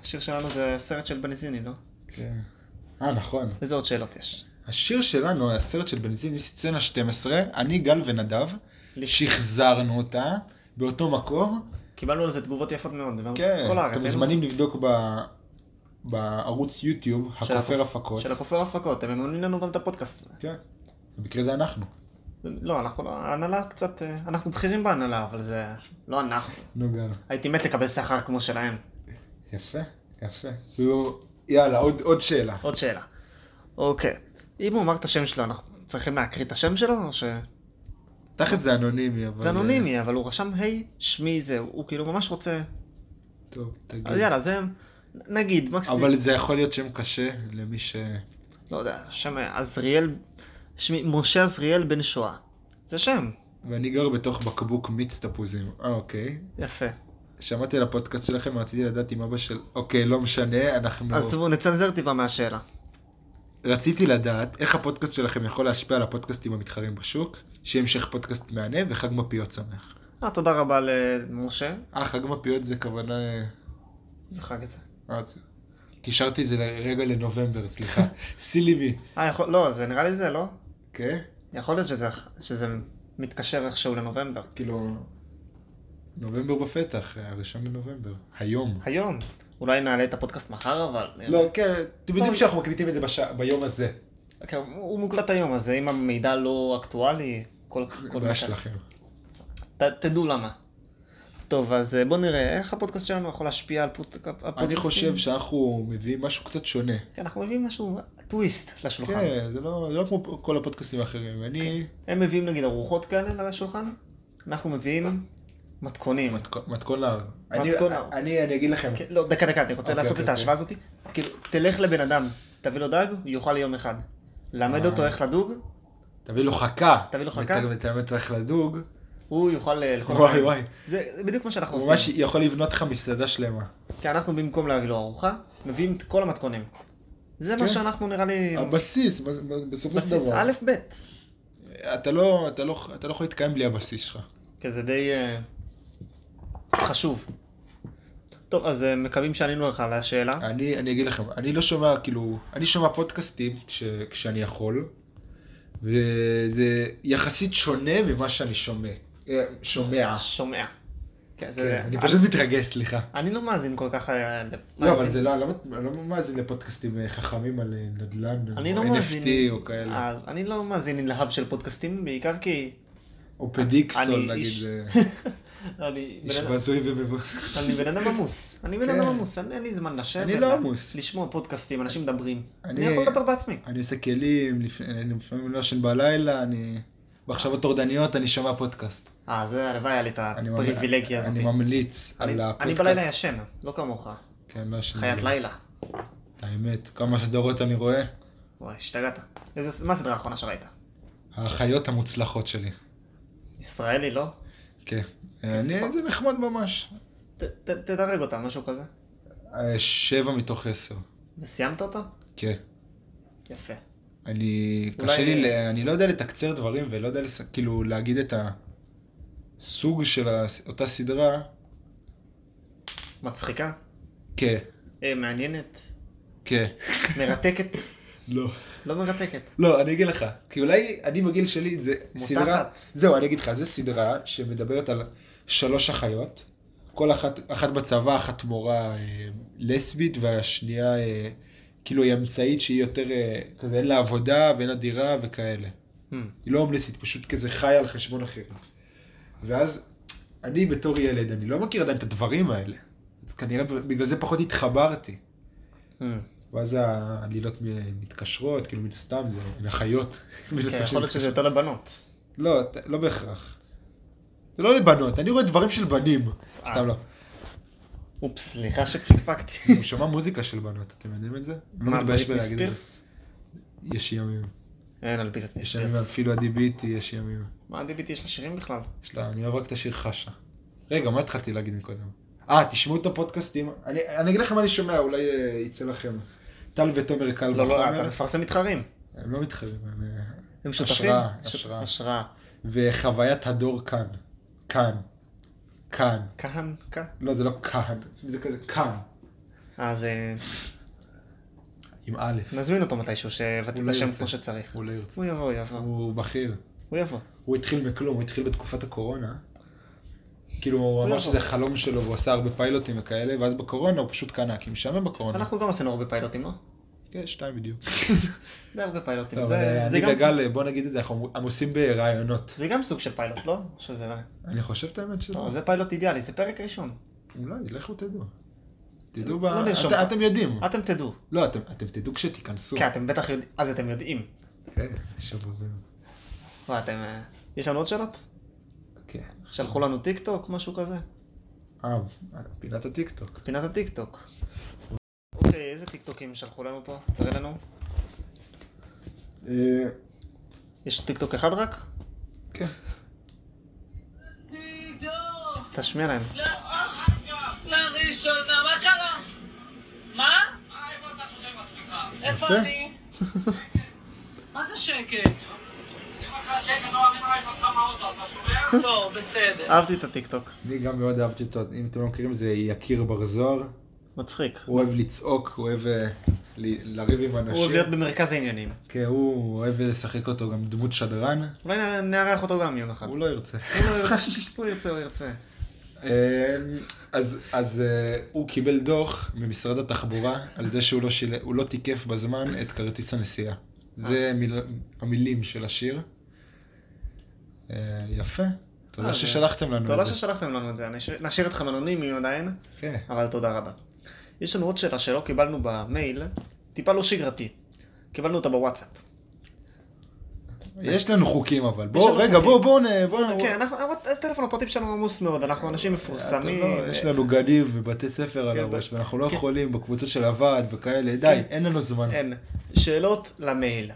[SPEAKER 1] השיר שלנו זה הסרט של בנזיני, לא?
[SPEAKER 2] כן. אה, נכון.
[SPEAKER 1] איזה עוד שאלות יש?
[SPEAKER 2] השיר שלנו, הסרט של בנזיני, סצנה 12, אני, גל ונדב,
[SPEAKER 1] לי-
[SPEAKER 2] שחזרנו אותה באותו מקור.
[SPEAKER 1] קיבלנו על זה תגובות יפות מאוד,
[SPEAKER 2] כן,
[SPEAKER 1] כל הארץ.
[SPEAKER 2] אתם
[SPEAKER 1] היינו-
[SPEAKER 2] מוזמנים לבדוק ב- בערוץ יוטיוב,
[SPEAKER 1] של
[SPEAKER 2] הכופר
[SPEAKER 1] הכופ-
[SPEAKER 2] הפקות.
[SPEAKER 1] של הכופר הפקות, הם מממנים לנו גם את הפודקאסט הזה.
[SPEAKER 2] כן. במקרה זה אנחנו.
[SPEAKER 1] לא, אנחנו לא, ההנהלה קצת, אה, אנחנו בכירים בהנהלה, אבל זה לא אנחנו.
[SPEAKER 2] נו, גל.
[SPEAKER 1] הייתי מת לקבל שכר כמו שלהם.
[SPEAKER 2] יפה, יפה. נו, יאללה, עוד עוד שאלה.
[SPEAKER 1] עוד שאלה. אוקיי, אם הוא אמר את השם שלו, אנחנו צריכים להקריא את השם שלו, או ש...
[SPEAKER 2] תכל'ס זה אנונימי, אבל... אה,
[SPEAKER 1] זה אנונימי, אבל הוא רשם, היי, שמי זה, הוא כאילו ממש רוצה...
[SPEAKER 2] אה, טוב, תגיד.
[SPEAKER 1] אז יאללה, זה... נגיד, מקסימום...
[SPEAKER 2] אבל זה יכול להיות שם קשה למי ש...
[SPEAKER 1] לא יודע, שם עזריאל, שמי משה עזריאל בן שואה. זה שם,
[SPEAKER 2] ואני גר בתוך בקבוק מיץ תפוזים. אה, אוקיי.
[SPEAKER 1] יפה.
[SPEAKER 2] שמעתי על הפודקאסט שלכם, רציתי לדעת אם אבא של... אוקיי, לא משנה, אנחנו...
[SPEAKER 1] עזבו, נצנזר טיפה מהשאלה.
[SPEAKER 2] רציתי לדעת איך הפודקאסט שלכם יכול להשפיע על הפודקאסטים המתחרים בשוק, שיהיה המשך פודקאסט מהנה וחג מפיות שמח.
[SPEAKER 1] אה, תודה רבה למשה.
[SPEAKER 2] אה, חג מפיות זה כוונה...
[SPEAKER 1] זה חג זה.
[SPEAKER 2] אה, זה- קישרתי את זה לרגע לנובמבר, סליחה. סיליבי.
[SPEAKER 1] אה, יכול... לא, זה נראה לי זה, לא?
[SPEAKER 2] כן?
[SPEAKER 1] יכול להיות שזה, שזה מתקשר איכשהו לנובמבר.
[SPEAKER 2] כאילו... נובמבר בפתח, אה, הראשון לנובמבר. היום.
[SPEAKER 1] היום. אולי נעלה את הפודקאסט מחר, אבל...
[SPEAKER 2] לא, כן, אתם יודעים
[SPEAKER 1] לא.
[SPEAKER 2] שאנחנו מקליטים את זה בשע- ביום הזה.
[SPEAKER 1] כן, הוא הוא מוקלט היום, אז אם המידע לא אקטואלי, כל...
[SPEAKER 2] זה
[SPEAKER 1] כל
[SPEAKER 2] בעיה שלכם.
[SPEAKER 1] ת, תדעו למה. טוב, אז אה, בואו נראה איך הפודקאסט שלנו יכול להשפיע על פוד- הפודקאסטים.
[SPEAKER 2] אני חושב שאנחנו מביאים משהו קצת שונה.
[SPEAKER 1] כן, אנחנו מביאים משהו, טוויסט לשולחן.
[SPEAKER 2] כן, זה לא, זה לא כמו כל הפודקאסטים האחרים. אני...
[SPEAKER 1] הם מביאים נגיד ארוחות כאלה לשולחן, אנחנו מביאים מתכונים.
[SPEAKER 2] מתכון- מתכון להר. כן. אני-
[SPEAKER 1] מתכון להר.
[SPEAKER 2] אני אני אגיד לכם.
[SPEAKER 1] כן, לא, דקה דקה, אני רוצה
[SPEAKER 2] אוקיי,
[SPEAKER 1] לעשות
[SPEAKER 2] אוקיי,
[SPEAKER 1] את ההשוואה הזאת. כאילו, תלך לבן אדם, תביא לו דג, הוא יאכל יום אחד. למד
[SPEAKER 2] אה.
[SPEAKER 1] אותו איך לדוג,
[SPEAKER 2] תביא לו חכה.
[SPEAKER 1] תביא לו חכה.
[SPEAKER 2] ות- ותלמד אותו איך לדוג.
[SPEAKER 1] הוא יאכל אה, לכל
[SPEAKER 2] וואי וואי.
[SPEAKER 1] זה זה בדיוק מה שאנחנו
[SPEAKER 2] הוא ממש
[SPEAKER 1] עושים.
[SPEAKER 2] יכול לבנות לך מסעדה שלמה.
[SPEAKER 1] כי אנחנו במקום להביא לו ארוחה, מביאים את כל המתכונים. זה מה
[SPEAKER 2] כן.
[SPEAKER 1] שאנחנו נראה לי...
[SPEAKER 2] הבסיס, בס- בס- בסופו של
[SPEAKER 1] בסיס
[SPEAKER 2] דבר.
[SPEAKER 1] א' ב'.
[SPEAKER 2] אתה לא אתה לא- אתה לא יכול להתקיים בלי הבסיס שלך.
[SPEAKER 1] כי זה די אה, חשוב. טוב, אז אה, מקווים שענינו לך על השאלה.
[SPEAKER 2] אני, אני אגיד לכם, אני לא שומע, כאילו, אני שומע פודקאסטים כש, כשאני יכול, וזה יחסית שונה ממה שאני שומע. אה, שומע.
[SPEAKER 1] שומע. כן, זה...
[SPEAKER 2] כן, אני פשוט מתרגש, סליחה.
[SPEAKER 1] אני לא מאזין כל כך... אה,
[SPEAKER 2] לא,
[SPEAKER 1] למאזין.
[SPEAKER 2] אבל זה לא, אני לא מת- אני לא מאזין לפודקאסטים אה, חכמים על אה, נדל"ן,
[SPEAKER 1] אני
[SPEAKER 2] או
[SPEAKER 1] לא מאזין.
[SPEAKER 2] NFT או כאלה,
[SPEAKER 1] אה, אני לא מאזין להב של פודקאסטים, בעיקר כי...
[SPEAKER 2] או פדיקסול,
[SPEAKER 1] אני
[SPEAKER 2] נגיד,
[SPEAKER 1] איש-
[SPEAKER 2] זה
[SPEAKER 1] אני בן
[SPEAKER 2] איש
[SPEAKER 1] אדם-
[SPEAKER 2] בזוי ומבוז.
[SPEAKER 1] אני בן אדם עמוס. אני בן
[SPEAKER 2] כן.
[SPEAKER 1] אדם עמוס, אין אין לי זמן לשבת.
[SPEAKER 2] אני לא
[SPEAKER 1] לה-
[SPEAKER 2] עמוס.
[SPEAKER 1] לשמוע פודקאסטים, אנשים מדברים. אני
[SPEAKER 2] אני-
[SPEAKER 1] יכול לדבר בעצמי.
[SPEAKER 2] אני עושה כלים, לפ- אני לפעמים לא ישן בלילה, אני... במחשבות טורדניות אני שומע פודקאסט.
[SPEAKER 1] אה, זה הלוואי היה לי את
[SPEAKER 2] אני ממ-
[SPEAKER 1] הפריבילגיה הזאת.
[SPEAKER 2] אני ממליץ
[SPEAKER 1] אני-
[SPEAKER 2] על
[SPEAKER 1] אני
[SPEAKER 2] הפודקאסט.
[SPEAKER 1] בלילה ישן, לא כמוך.
[SPEAKER 2] כן, לא ישן
[SPEAKER 1] חיית
[SPEAKER 2] בלילה.
[SPEAKER 1] לילה.
[SPEAKER 2] האמת, כמה סדרות אני רואה,
[SPEAKER 1] וואי, השתגעת. איזה- מה הסדרה האחרונה שראית?
[SPEAKER 2] האחיות המוצלחות שלי.
[SPEAKER 1] ישראלי, לא?
[SPEAKER 2] כן. אני,
[SPEAKER 1] סבבה.
[SPEAKER 2] זה נחמד ממש.
[SPEAKER 1] ת- ת- תדרג אותה, משהו כזה.
[SPEAKER 2] אה, שבע מתוך עשר.
[SPEAKER 1] וסיימת אותה?
[SPEAKER 2] כן.
[SPEAKER 1] יפה.
[SPEAKER 2] אני,
[SPEAKER 1] אולי-
[SPEAKER 2] קשה לי, ל- אני לא יודע לתקצר דברים ולא יודע, לס- כאילו, להגיד את הסוג של הס- אותה סדרה.
[SPEAKER 1] מצחיקה?
[SPEAKER 2] כן.
[SPEAKER 1] אה, מעניינת?
[SPEAKER 2] כן.
[SPEAKER 1] מרתקת?
[SPEAKER 2] לא.
[SPEAKER 1] לא מרתקת.
[SPEAKER 2] לא, אני אגיד לך. כי אולי אני בגיל שלי, זה סדרה...
[SPEAKER 1] מותחת.
[SPEAKER 2] זהו, אני אגיד לך, זו סדרה שמדברת על שלוש אחיות, כל אחת, אחת בצבא, אחת מורה אה, לסבית והשנייה אה, כאילו היא אמצעית שהיא יותר אה, כזה אין לה עבודה ואין לה דירה וכאלה.
[SPEAKER 1] Hmm.
[SPEAKER 2] היא לא הומלסית, פשוט כזה חיה על חשבון אחרים. ואז אני בתור ילד, אני לא מכיר עדיין את הדברים האלה. אז כנראה בגלל זה פחות התחברתי.
[SPEAKER 1] Hmm.
[SPEAKER 2] ואז העלילות מ- מתקשרות, כאילו מן הסתם זה הן החיות. מן הסתם
[SPEAKER 1] כן, יכול להיות שזה
[SPEAKER 2] שמתקשרות.
[SPEAKER 1] יותר לבנות.
[SPEAKER 2] לא, ת- לא בהכרח. זה לא לבנות, אני רואה דברים של בנים.
[SPEAKER 1] אה.
[SPEAKER 2] סתם לא.
[SPEAKER 1] אופס, סליחה שפקפקתי.
[SPEAKER 2] אני שומע מוזיקה של בנות, אתם יודעים את זה? אני לא
[SPEAKER 1] מה,
[SPEAKER 2] מתבייש
[SPEAKER 1] בריטני
[SPEAKER 2] בלהגיד את זה.
[SPEAKER 1] ספירס?
[SPEAKER 2] יש ימים.
[SPEAKER 1] אין על ביטני
[SPEAKER 2] יש ימים,
[SPEAKER 1] ספירס.
[SPEAKER 2] אפילו עדי ביטי יש ימים.
[SPEAKER 1] מה דיביטי יש לה שירים בכלל?
[SPEAKER 2] יש לה, אני אוהב רק את השיר חשה. רגע, מה התחלתי להגיד מקודם? אה, תשמעו את הפודקאסטים. אני, אני אגיד לכם מה אני שומע, אולי אה, יצא לכם. טל ותומר קל
[SPEAKER 1] לא, לא,
[SPEAKER 2] וחומר.
[SPEAKER 1] אתה מפרסם מתחרים.
[SPEAKER 2] הם לא מתחרים. הם, אה,
[SPEAKER 1] הם שותפים?
[SPEAKER 2] השראה,
[SPEAKER 1] ש-
[SPEAKER 2] השראה.
[SPEAKER 1] השראה.
[SPEAKER 2] וחוויית הדור כאן. כאן. כאן.
[SPEAKER 1] כהן? כה?
[SPEAKER 2] לא, זה לא כאן. זה כזה כאן.
[SPEAKER 1] אז אה,
[SPEAKER 2] עם א'.
[SPEAKER 1] נזמין אותו מתישהו, שיבטא את
[SPEAKER 2] אולי
[SPEAKER 1] השם
[SPEAKER 2] ירצה.
[SPEAKER 1] כמו שצריך.
[SPEAKER 2] הוא לא ירצה.
[SPEAKER 1] הוא יבוא, יבוא.
[SPEAKER 2] הוא בכיר.
[SPEAKER 1] הוא יבוא.
[SPEAKER 2] הוא התחיל מכלום, הוא התחיל בתקופת הקורונה. כאילו, הוא
[SPEAKER 1] לא.
[SPEAKER 2] אמר שזה חלום שלו והוא עשה הרבה פיילוטים וכאלה, ואז בקורונה הוא פשוט קנה, כי משעמם בקורונה.
[SPEAKER 1] אנחנו גם עשינו הרבה פיילוטים, לא?
[SPEAKER 2] כן, שתיים בדיוק.
[SPEAKER 1] זה הרבה פיילוטים.
[SPEAKER 2] טוב,
[SPEAKER 1] זה-
[SPEAKER 2] לא, אבל אה,
[SPEAKER 1] זה
[SPEAKER 2] אני
[SPEAKER 1] גם- כן.
[SPEAKER 2] וגל, בוא נגיד את זה, אנחנו הם עושים ברעיונות.
[SPEAKER 1] זה גם סוג של פיילוט, לא? שזה...
[SPEAKER 2] אני חושב את האמת שלא.
[SPEAKER 1] לא, זה לא פיילוט אידיאלי, זה פרק ראשון.
[SPEAKER 2] אולי, לכו תדעו. תדעו,
[SPEAKER 1] לא
[SPEAKER 2] ב-
[SPEAKER 1] נרשום.
[SPEAKER 2] את- אתם יודעים.
[SPEAKER 1] אתם תדעו.
[SPEAKER 2] לא, אתם אתם תדעו כשתיכנסו.
[SPEAKER 1] אה. כן, אתם בטח יודעים, אז אתם יודעים.
[SPEAKER 2] כן, שבובים.
[SPEAKER 1] מה, אתם... אה, יש לנו עוד שאלות?
[SPEAKER 2] כן.
[SPEAKER 1] שלחו לנו טיק טוק, משהו כזה?
[SPEAKER 2] אה, פינת הטיקטוק.
[SPEAKER 1] פינת הטיק טוק. אוקיי, איזה טיק טוקים שלחו לנו פה? תראה לנו.
[SPEAKER 2] אה,
[SPEAKER 1] יש טיק טוק אחד רק?
[SPEAKER 2] כן.
[SPEAKER 1] תשמיע להם.
[SPEAKER 3] לראשונה, מה קרה? מה? איפה
[SPEAKER 2] יפה.
[SPEAKER 3] אני? מה זה שקט? טוב, בסדר.
[SPEAKER 1] אהבתי את הטיק טוק.
[SPEAKER 2] אני גם מאוד אהבתי אותו, אם אתם לא מכירים זה יקיר בר זוהר,
[SPEAKER 1] מצחיק.
[SPEAKER 2] הוא אוהב לצעוק, הוא אוהב אה, ל- לריב עם אנשים.
[SPEAKER 1] הוא אוהב להיות במרכז העניינים.
[SPEAKER 2] כן, הוא אוהב לשחק אותו גם דמות שדרן,
[SPEAKER 1] אולי נ- נארח אותו גם יום אחד.
[SPEAKER 2] הוא לא ירצה.
[SPEAKER 1] הוא לא ירצה, הוא ירצה, הוא ירצה.
[SPEAKER 2] אה, אז, אז אה, הוא קיבל דוח ממשרד התחבורה על זה שהוא לא, שיל... הוא לא תיקף בזמן את כרטיס הנסיעה.
[SPEAKER 1] אה.
[SPEAKER 2] זה מיל... המילים של השיר. אה, יפה, תודה
[SPEAKER 1] אה, זה-
[SPEAKER 2] ששלחתם לנו
[SPEAKER 1] תודה
[SPEAKER 2] את זה.
[SPEAKER 1] ששלחתם לנו את זה. נש- נשאיר אתכם אנונימיים עדיין,
[SPEAKER 2] כן.
[SPEAKER 1] אבל תודה רבה. יש לנו עוד שאלה שלא קיבלנו במייל, טיפה לא שגרתי. קיבלנו אותה בוואטסאפ.
[SPEAKER 2] אה, יש לנו חוקים אבל.
[SPEAKER 1] לנו
[SPEAKER 2] בואו, רגע,
[SPEAKER 1] חוקים.
[SPEAKER 2] בואו, בואו, נ- בואו.
[SPEAKER 1] כן, אנחנו- הטלפון הפרטי שלנו עמוס מאוד, אנחנו אנשים מפורסמים.
[SPEAKER 2] אה,
[SPEAKER 1] אה,
[SPEAKER 2] אתה לא- יש לנו גנים ובתי ספר על
[SPEAKER 1] כן,
[SPEAKER 2] הראש,
[SPEAKER 1] ב-
[SPEAKER 2] ואנחנו לא
[SPEAKER 1] כן.
[SPEAKER 2] יכולים בקבוצות של הוועד וכאלה, די,
[SPEAKER 1] כן.
[SPEAKER 2] אין לנו זמן.
[SPEAKER 1] אין. שאלות למייל.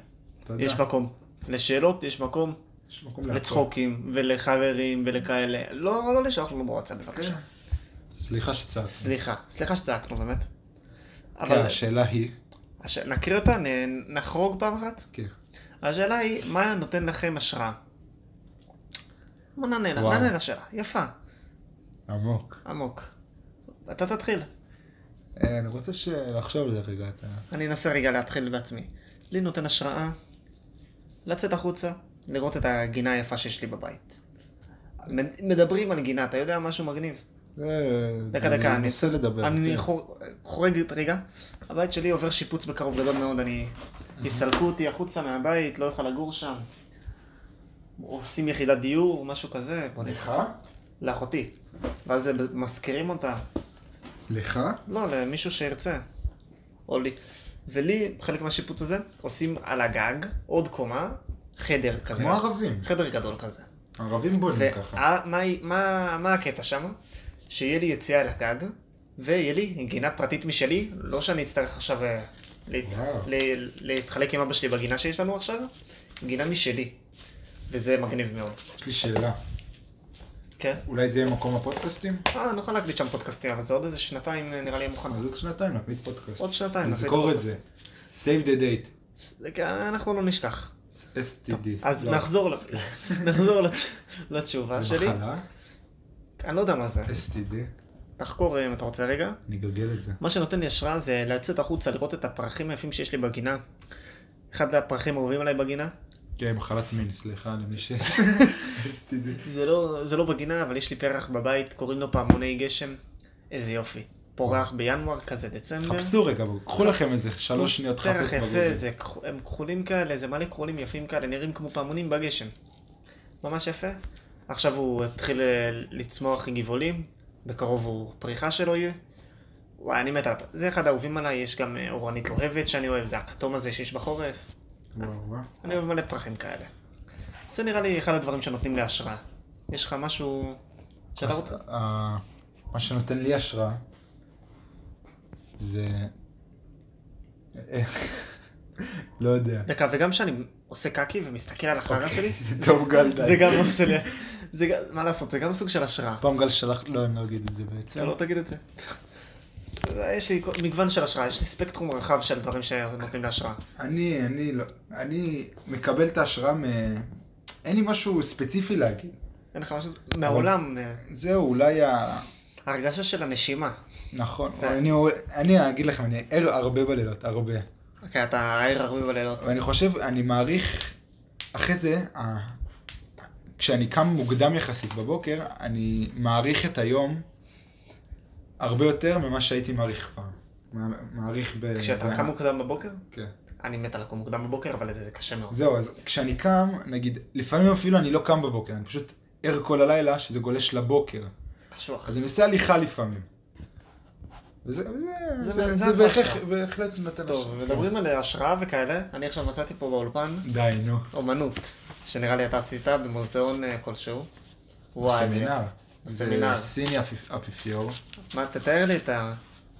[SPEAKER 2] תודה.
[SPEAKER 1] יש מקום. לשאלות יש מקום
[SPEAKER 2] יש מקום להכל.
[SPEAKER 1] לצחוקים ולחברים ולכאלה. לא, לא לשלוח לנו בוואטסאפ בבקשה.
[SPEAKER 2] כן. סליחה שצעקנו.
[SPEAKER 1] סליחה, סליחה שצעקנו באמת.
[SPEAKER 2] כן,
[SPEAKER 1] אבל
[SPEAKER 2] השאלה היא,
[SPEAKER 1] הש- נקריא אותה, נ- נחרוג פעם אחת.
[SPEAKER 2] כן.
[SPEAKER 1] השאלה היא, מה נותן לכם השראה? בוא נענה לה,
[SPEAKER 2] וואו.
[SPEAKER 1] נענה לשאלה. יפה,
[SPEAKER 2] עמוק.
[SPEAKER 1] עמוק. אתה תתחיל.
[SPEAKER 2] אה, אני רוצה ש- לחשוב על זה רגע, אתה...
[SPEAKER 1] אני אנסה רגע להתחיל בעצמי. לי נותן השראה לצאת החוצה, לראות את הגינה היפה שיש לי בבית. מד- מדברים על גינה, אתה יודע משהו מגניב?
[SPEAKER 2] זה-
[SPEAKER 1] דקה,
[SPEAKER 2] זה
[SPEAKER 1] דקה, אני-
[SPEAKER 2] נושא לדבר.
[SPEAKER 1] אני
[SPEAKER 2] כן.
[SPEAKER 1] חור- חורג רגע, הבית שלי עובר שיפוץ בקרוב גדול מאוד, אני...
[SPEAKER 2] Mm-hmm.
[SPEAKER 1] יסלקו אותי החוצה מהבית, לא אוכל לגור שם. עושים יחידת דיור, משהו כזה.
[SPEAKER 2] לך?
[SPEAKER 1] לאחותי. ואז הם מזכירים אותה.
[SPEAKER 2] לך?
[SPEAKER 1] לא, למישהו שירצה. או לי. ולי, חלק מהשיפוץ הזה, עושים על הגג עוד קומה, חדר כזה.
[SPEAKER 2] כמו ערבים.
[SPEAKER 1] חדר גדול כזה.
[SPEAKER 2] ערבים בונים ככה.
[SPEAKER 1] ומה מה, מה הקטע שם? שיהיה לי יציאה לגג, ויהיה לי גינה פרטית משלי, לא שאני אצטרך עכשיו אה, להת...
[SPEAKER 2] וואו.
[SPEAKER 1] ל... להתחלק עם אבא שלי בגינה שיש לנו עכשיו, גינה משלי. וזה מגניב מאוד.
[SPEAKER 2] יש לי שאלה.
[SPEAKER 1] כן.
[SPEAKER 2] אולי זה יהיה מקום הפודקאסטים?
[SPEAKER 1] אה, נוכל להקליט שם פודקאסטים, אבל זה עוד איזה שנתיים אה, נראה לי יהיה מוכן.
[SPEAKER 2] אז עוד שנתיים נקליט פודקאסט.
[SPEAKER 1] עוד שנתיים.
[SPEAKER 2] נזכור את זה. Save the date.
[SPEAKER 1] זה כן, אנחנו לא נשכח.
[SPEAKER 2] STD.
[SPEAKER 1] אז
[SPEAKER 2] לא.
[SPEAKER 1] נחזור ל- נחזור לתש- לתשובה
[SPEAKER 2] זה
[SPEAKER 1] שלי.
[SPEAKER 2] מחלה?
[SPEAKER 1] אני לא יודע מה זה.
[SPEAKER 2] STD.
[SPEAKER 1] תחקור אה, אם אתה רוצה רגע.
[SPEAKER 2] נגלגל את זה.
[SPEAKER 1] מה שנותן לי השראה זה לצאת החוצה, לראות את הפרחים היפים שיש לי בגינה. אחד הפרחים האהובים עליי בגינה.
[SPEAKER 2] כן, מחלת מין, סליחה למי ש... STD.
[SPEAKER 1] זה לא, זה לא בגינה, אבל יש לי פרח בבית, קוראים לו פעמוני גשם. איזה יופי. פורח בינואר כזה, דצמבר.
[SPEAKER 2] חפשו רגע, בואו, קחו לכם איזה שלוש לא שניות
[SPEAKER 1] פרח
[SPEAKER 2] חפש
[SPEAKER 1] כן. יפה,
[SPEAKER 2] בגוגל.
[SPEAKER 1] זה, כח- הם כחולים כאלה, זה מלא כחולים יפים כאלה, נראים כמו פעמונים בגשם. ממש יפה. עכשיו הוא התחיל אה, לצמוח גבעולים, בקרוב הוא פריחה שלו יהיה. וואי, אני מת על הפ... זה אחד האהובים עליי, יש גם אה, אורנית אוהבת שאני אוהב, זה הכתום הזה שיש בחורף.
[SPEAKER 2] וואו, וואו.
[SPEAKER 1] אני אוהב מלא פרחים כאלה. זה נראה לי אחד הדברים שנותנים לי השראה. יש לך משהו שאתה
[SPEAKER 2] אז,
[SPEAKER 1] רוצה?
[SPEAKER 2] אה, מה שנותן לי השראה זה... לא יודע.
[SPEAKER 1] דקה, וגם כשאני עושה קקי ומסתכל על החרא שלי,
[SPEAKER 2] זה טוב אוקיי. גל די.
[SPEAKER 1] זה גם עושה לי... זה גם, מה לעשות, זה גם סוג של השראה.
[SPEAKER 2] פעם גל שלח, לא, אני לא אגיד את זה בעצם.
[SPEAKER 1] בסדר, לא תגיד את זה. יש לי כל- מגוון של השראה, יש לי ספקטרום רחב של דברים שנותנים להשראה.
[SPEAKER 2] אני, אני לא, אני מקבל את ההשראה מ... אין לי משהו ספציפי להגיד.
[SPEAKER 1] אין לך משהו? מהעולם, אה,
[SPEAKER 2] זהו, אולי ה...
[SPEAKER 1] הרגשה של הנשימה.
[SPEAKER 2] נכון.
[SPEAKER 1] זה-
[SPEAKER 2] אני, אני אגיד לכם, אני ער הרבה בלילות, הרבה.
[SPEAKER 1] אוקיי, אתה ער הרבה בלילות.
[SPEAKER 2] ואני חושב, אני מעריך, אחרי זה, ה... כשאני קם מוקדם יחסית בבוקר, אני מעריך את היום הרבה יותר ממה שהייתי מעריך פעם. מע- מעריך ב...
[SPEAKER 1] כשאתה
[SPEAKER 2] ב-
[SPEAKER 1] קם מוקדם בבוקר?
[SPEAKER 2] כן.
[SPEAKER 1] אני מת על לקום מוקדם בבוקר, אבל זה זה קשה מאוד.
[SPEAKER 2] זהו, אז כשאני קם, נגיד, לפעמים אפילו אני לא קם בבוקר, אני פשוט ער כל הלילה שזה גולש לבוקר.
[SPEAKER 1] זה קשוח.
[SPEAKER 2] אז אני עושה הליכה לפעמים. וזה, וזה,
[SPEAKER 1] זה-
[SPEAKER 2] זה,
[SPEAKER 1] זה
[SPEAKER 2] זה, בהכרח-
[SPEAKER 1] השראה.
[SPEAKER 2] בהחלט נותן
[SPEAKER 1] טוב,
[SPEAKER 2] השראה.
[SPEAKER 1] מדברים על אה, השראה וכאלה, אני עכשיו מצאתי פה באולפן
[SPEAKER 2] די, נו.
[SPEAKER 1] אומנות, שנראה לי אתה עשית במוזיאון אה, כלשהו. וואי, זה...
[SPEAKER 2] סמינר.
[SPEAKER 1] סמינר.
[SPEAKER 2] זה סיני אפיפ- אפיפיור.
[SPEAKER 1] מה, תתאר לי את ה...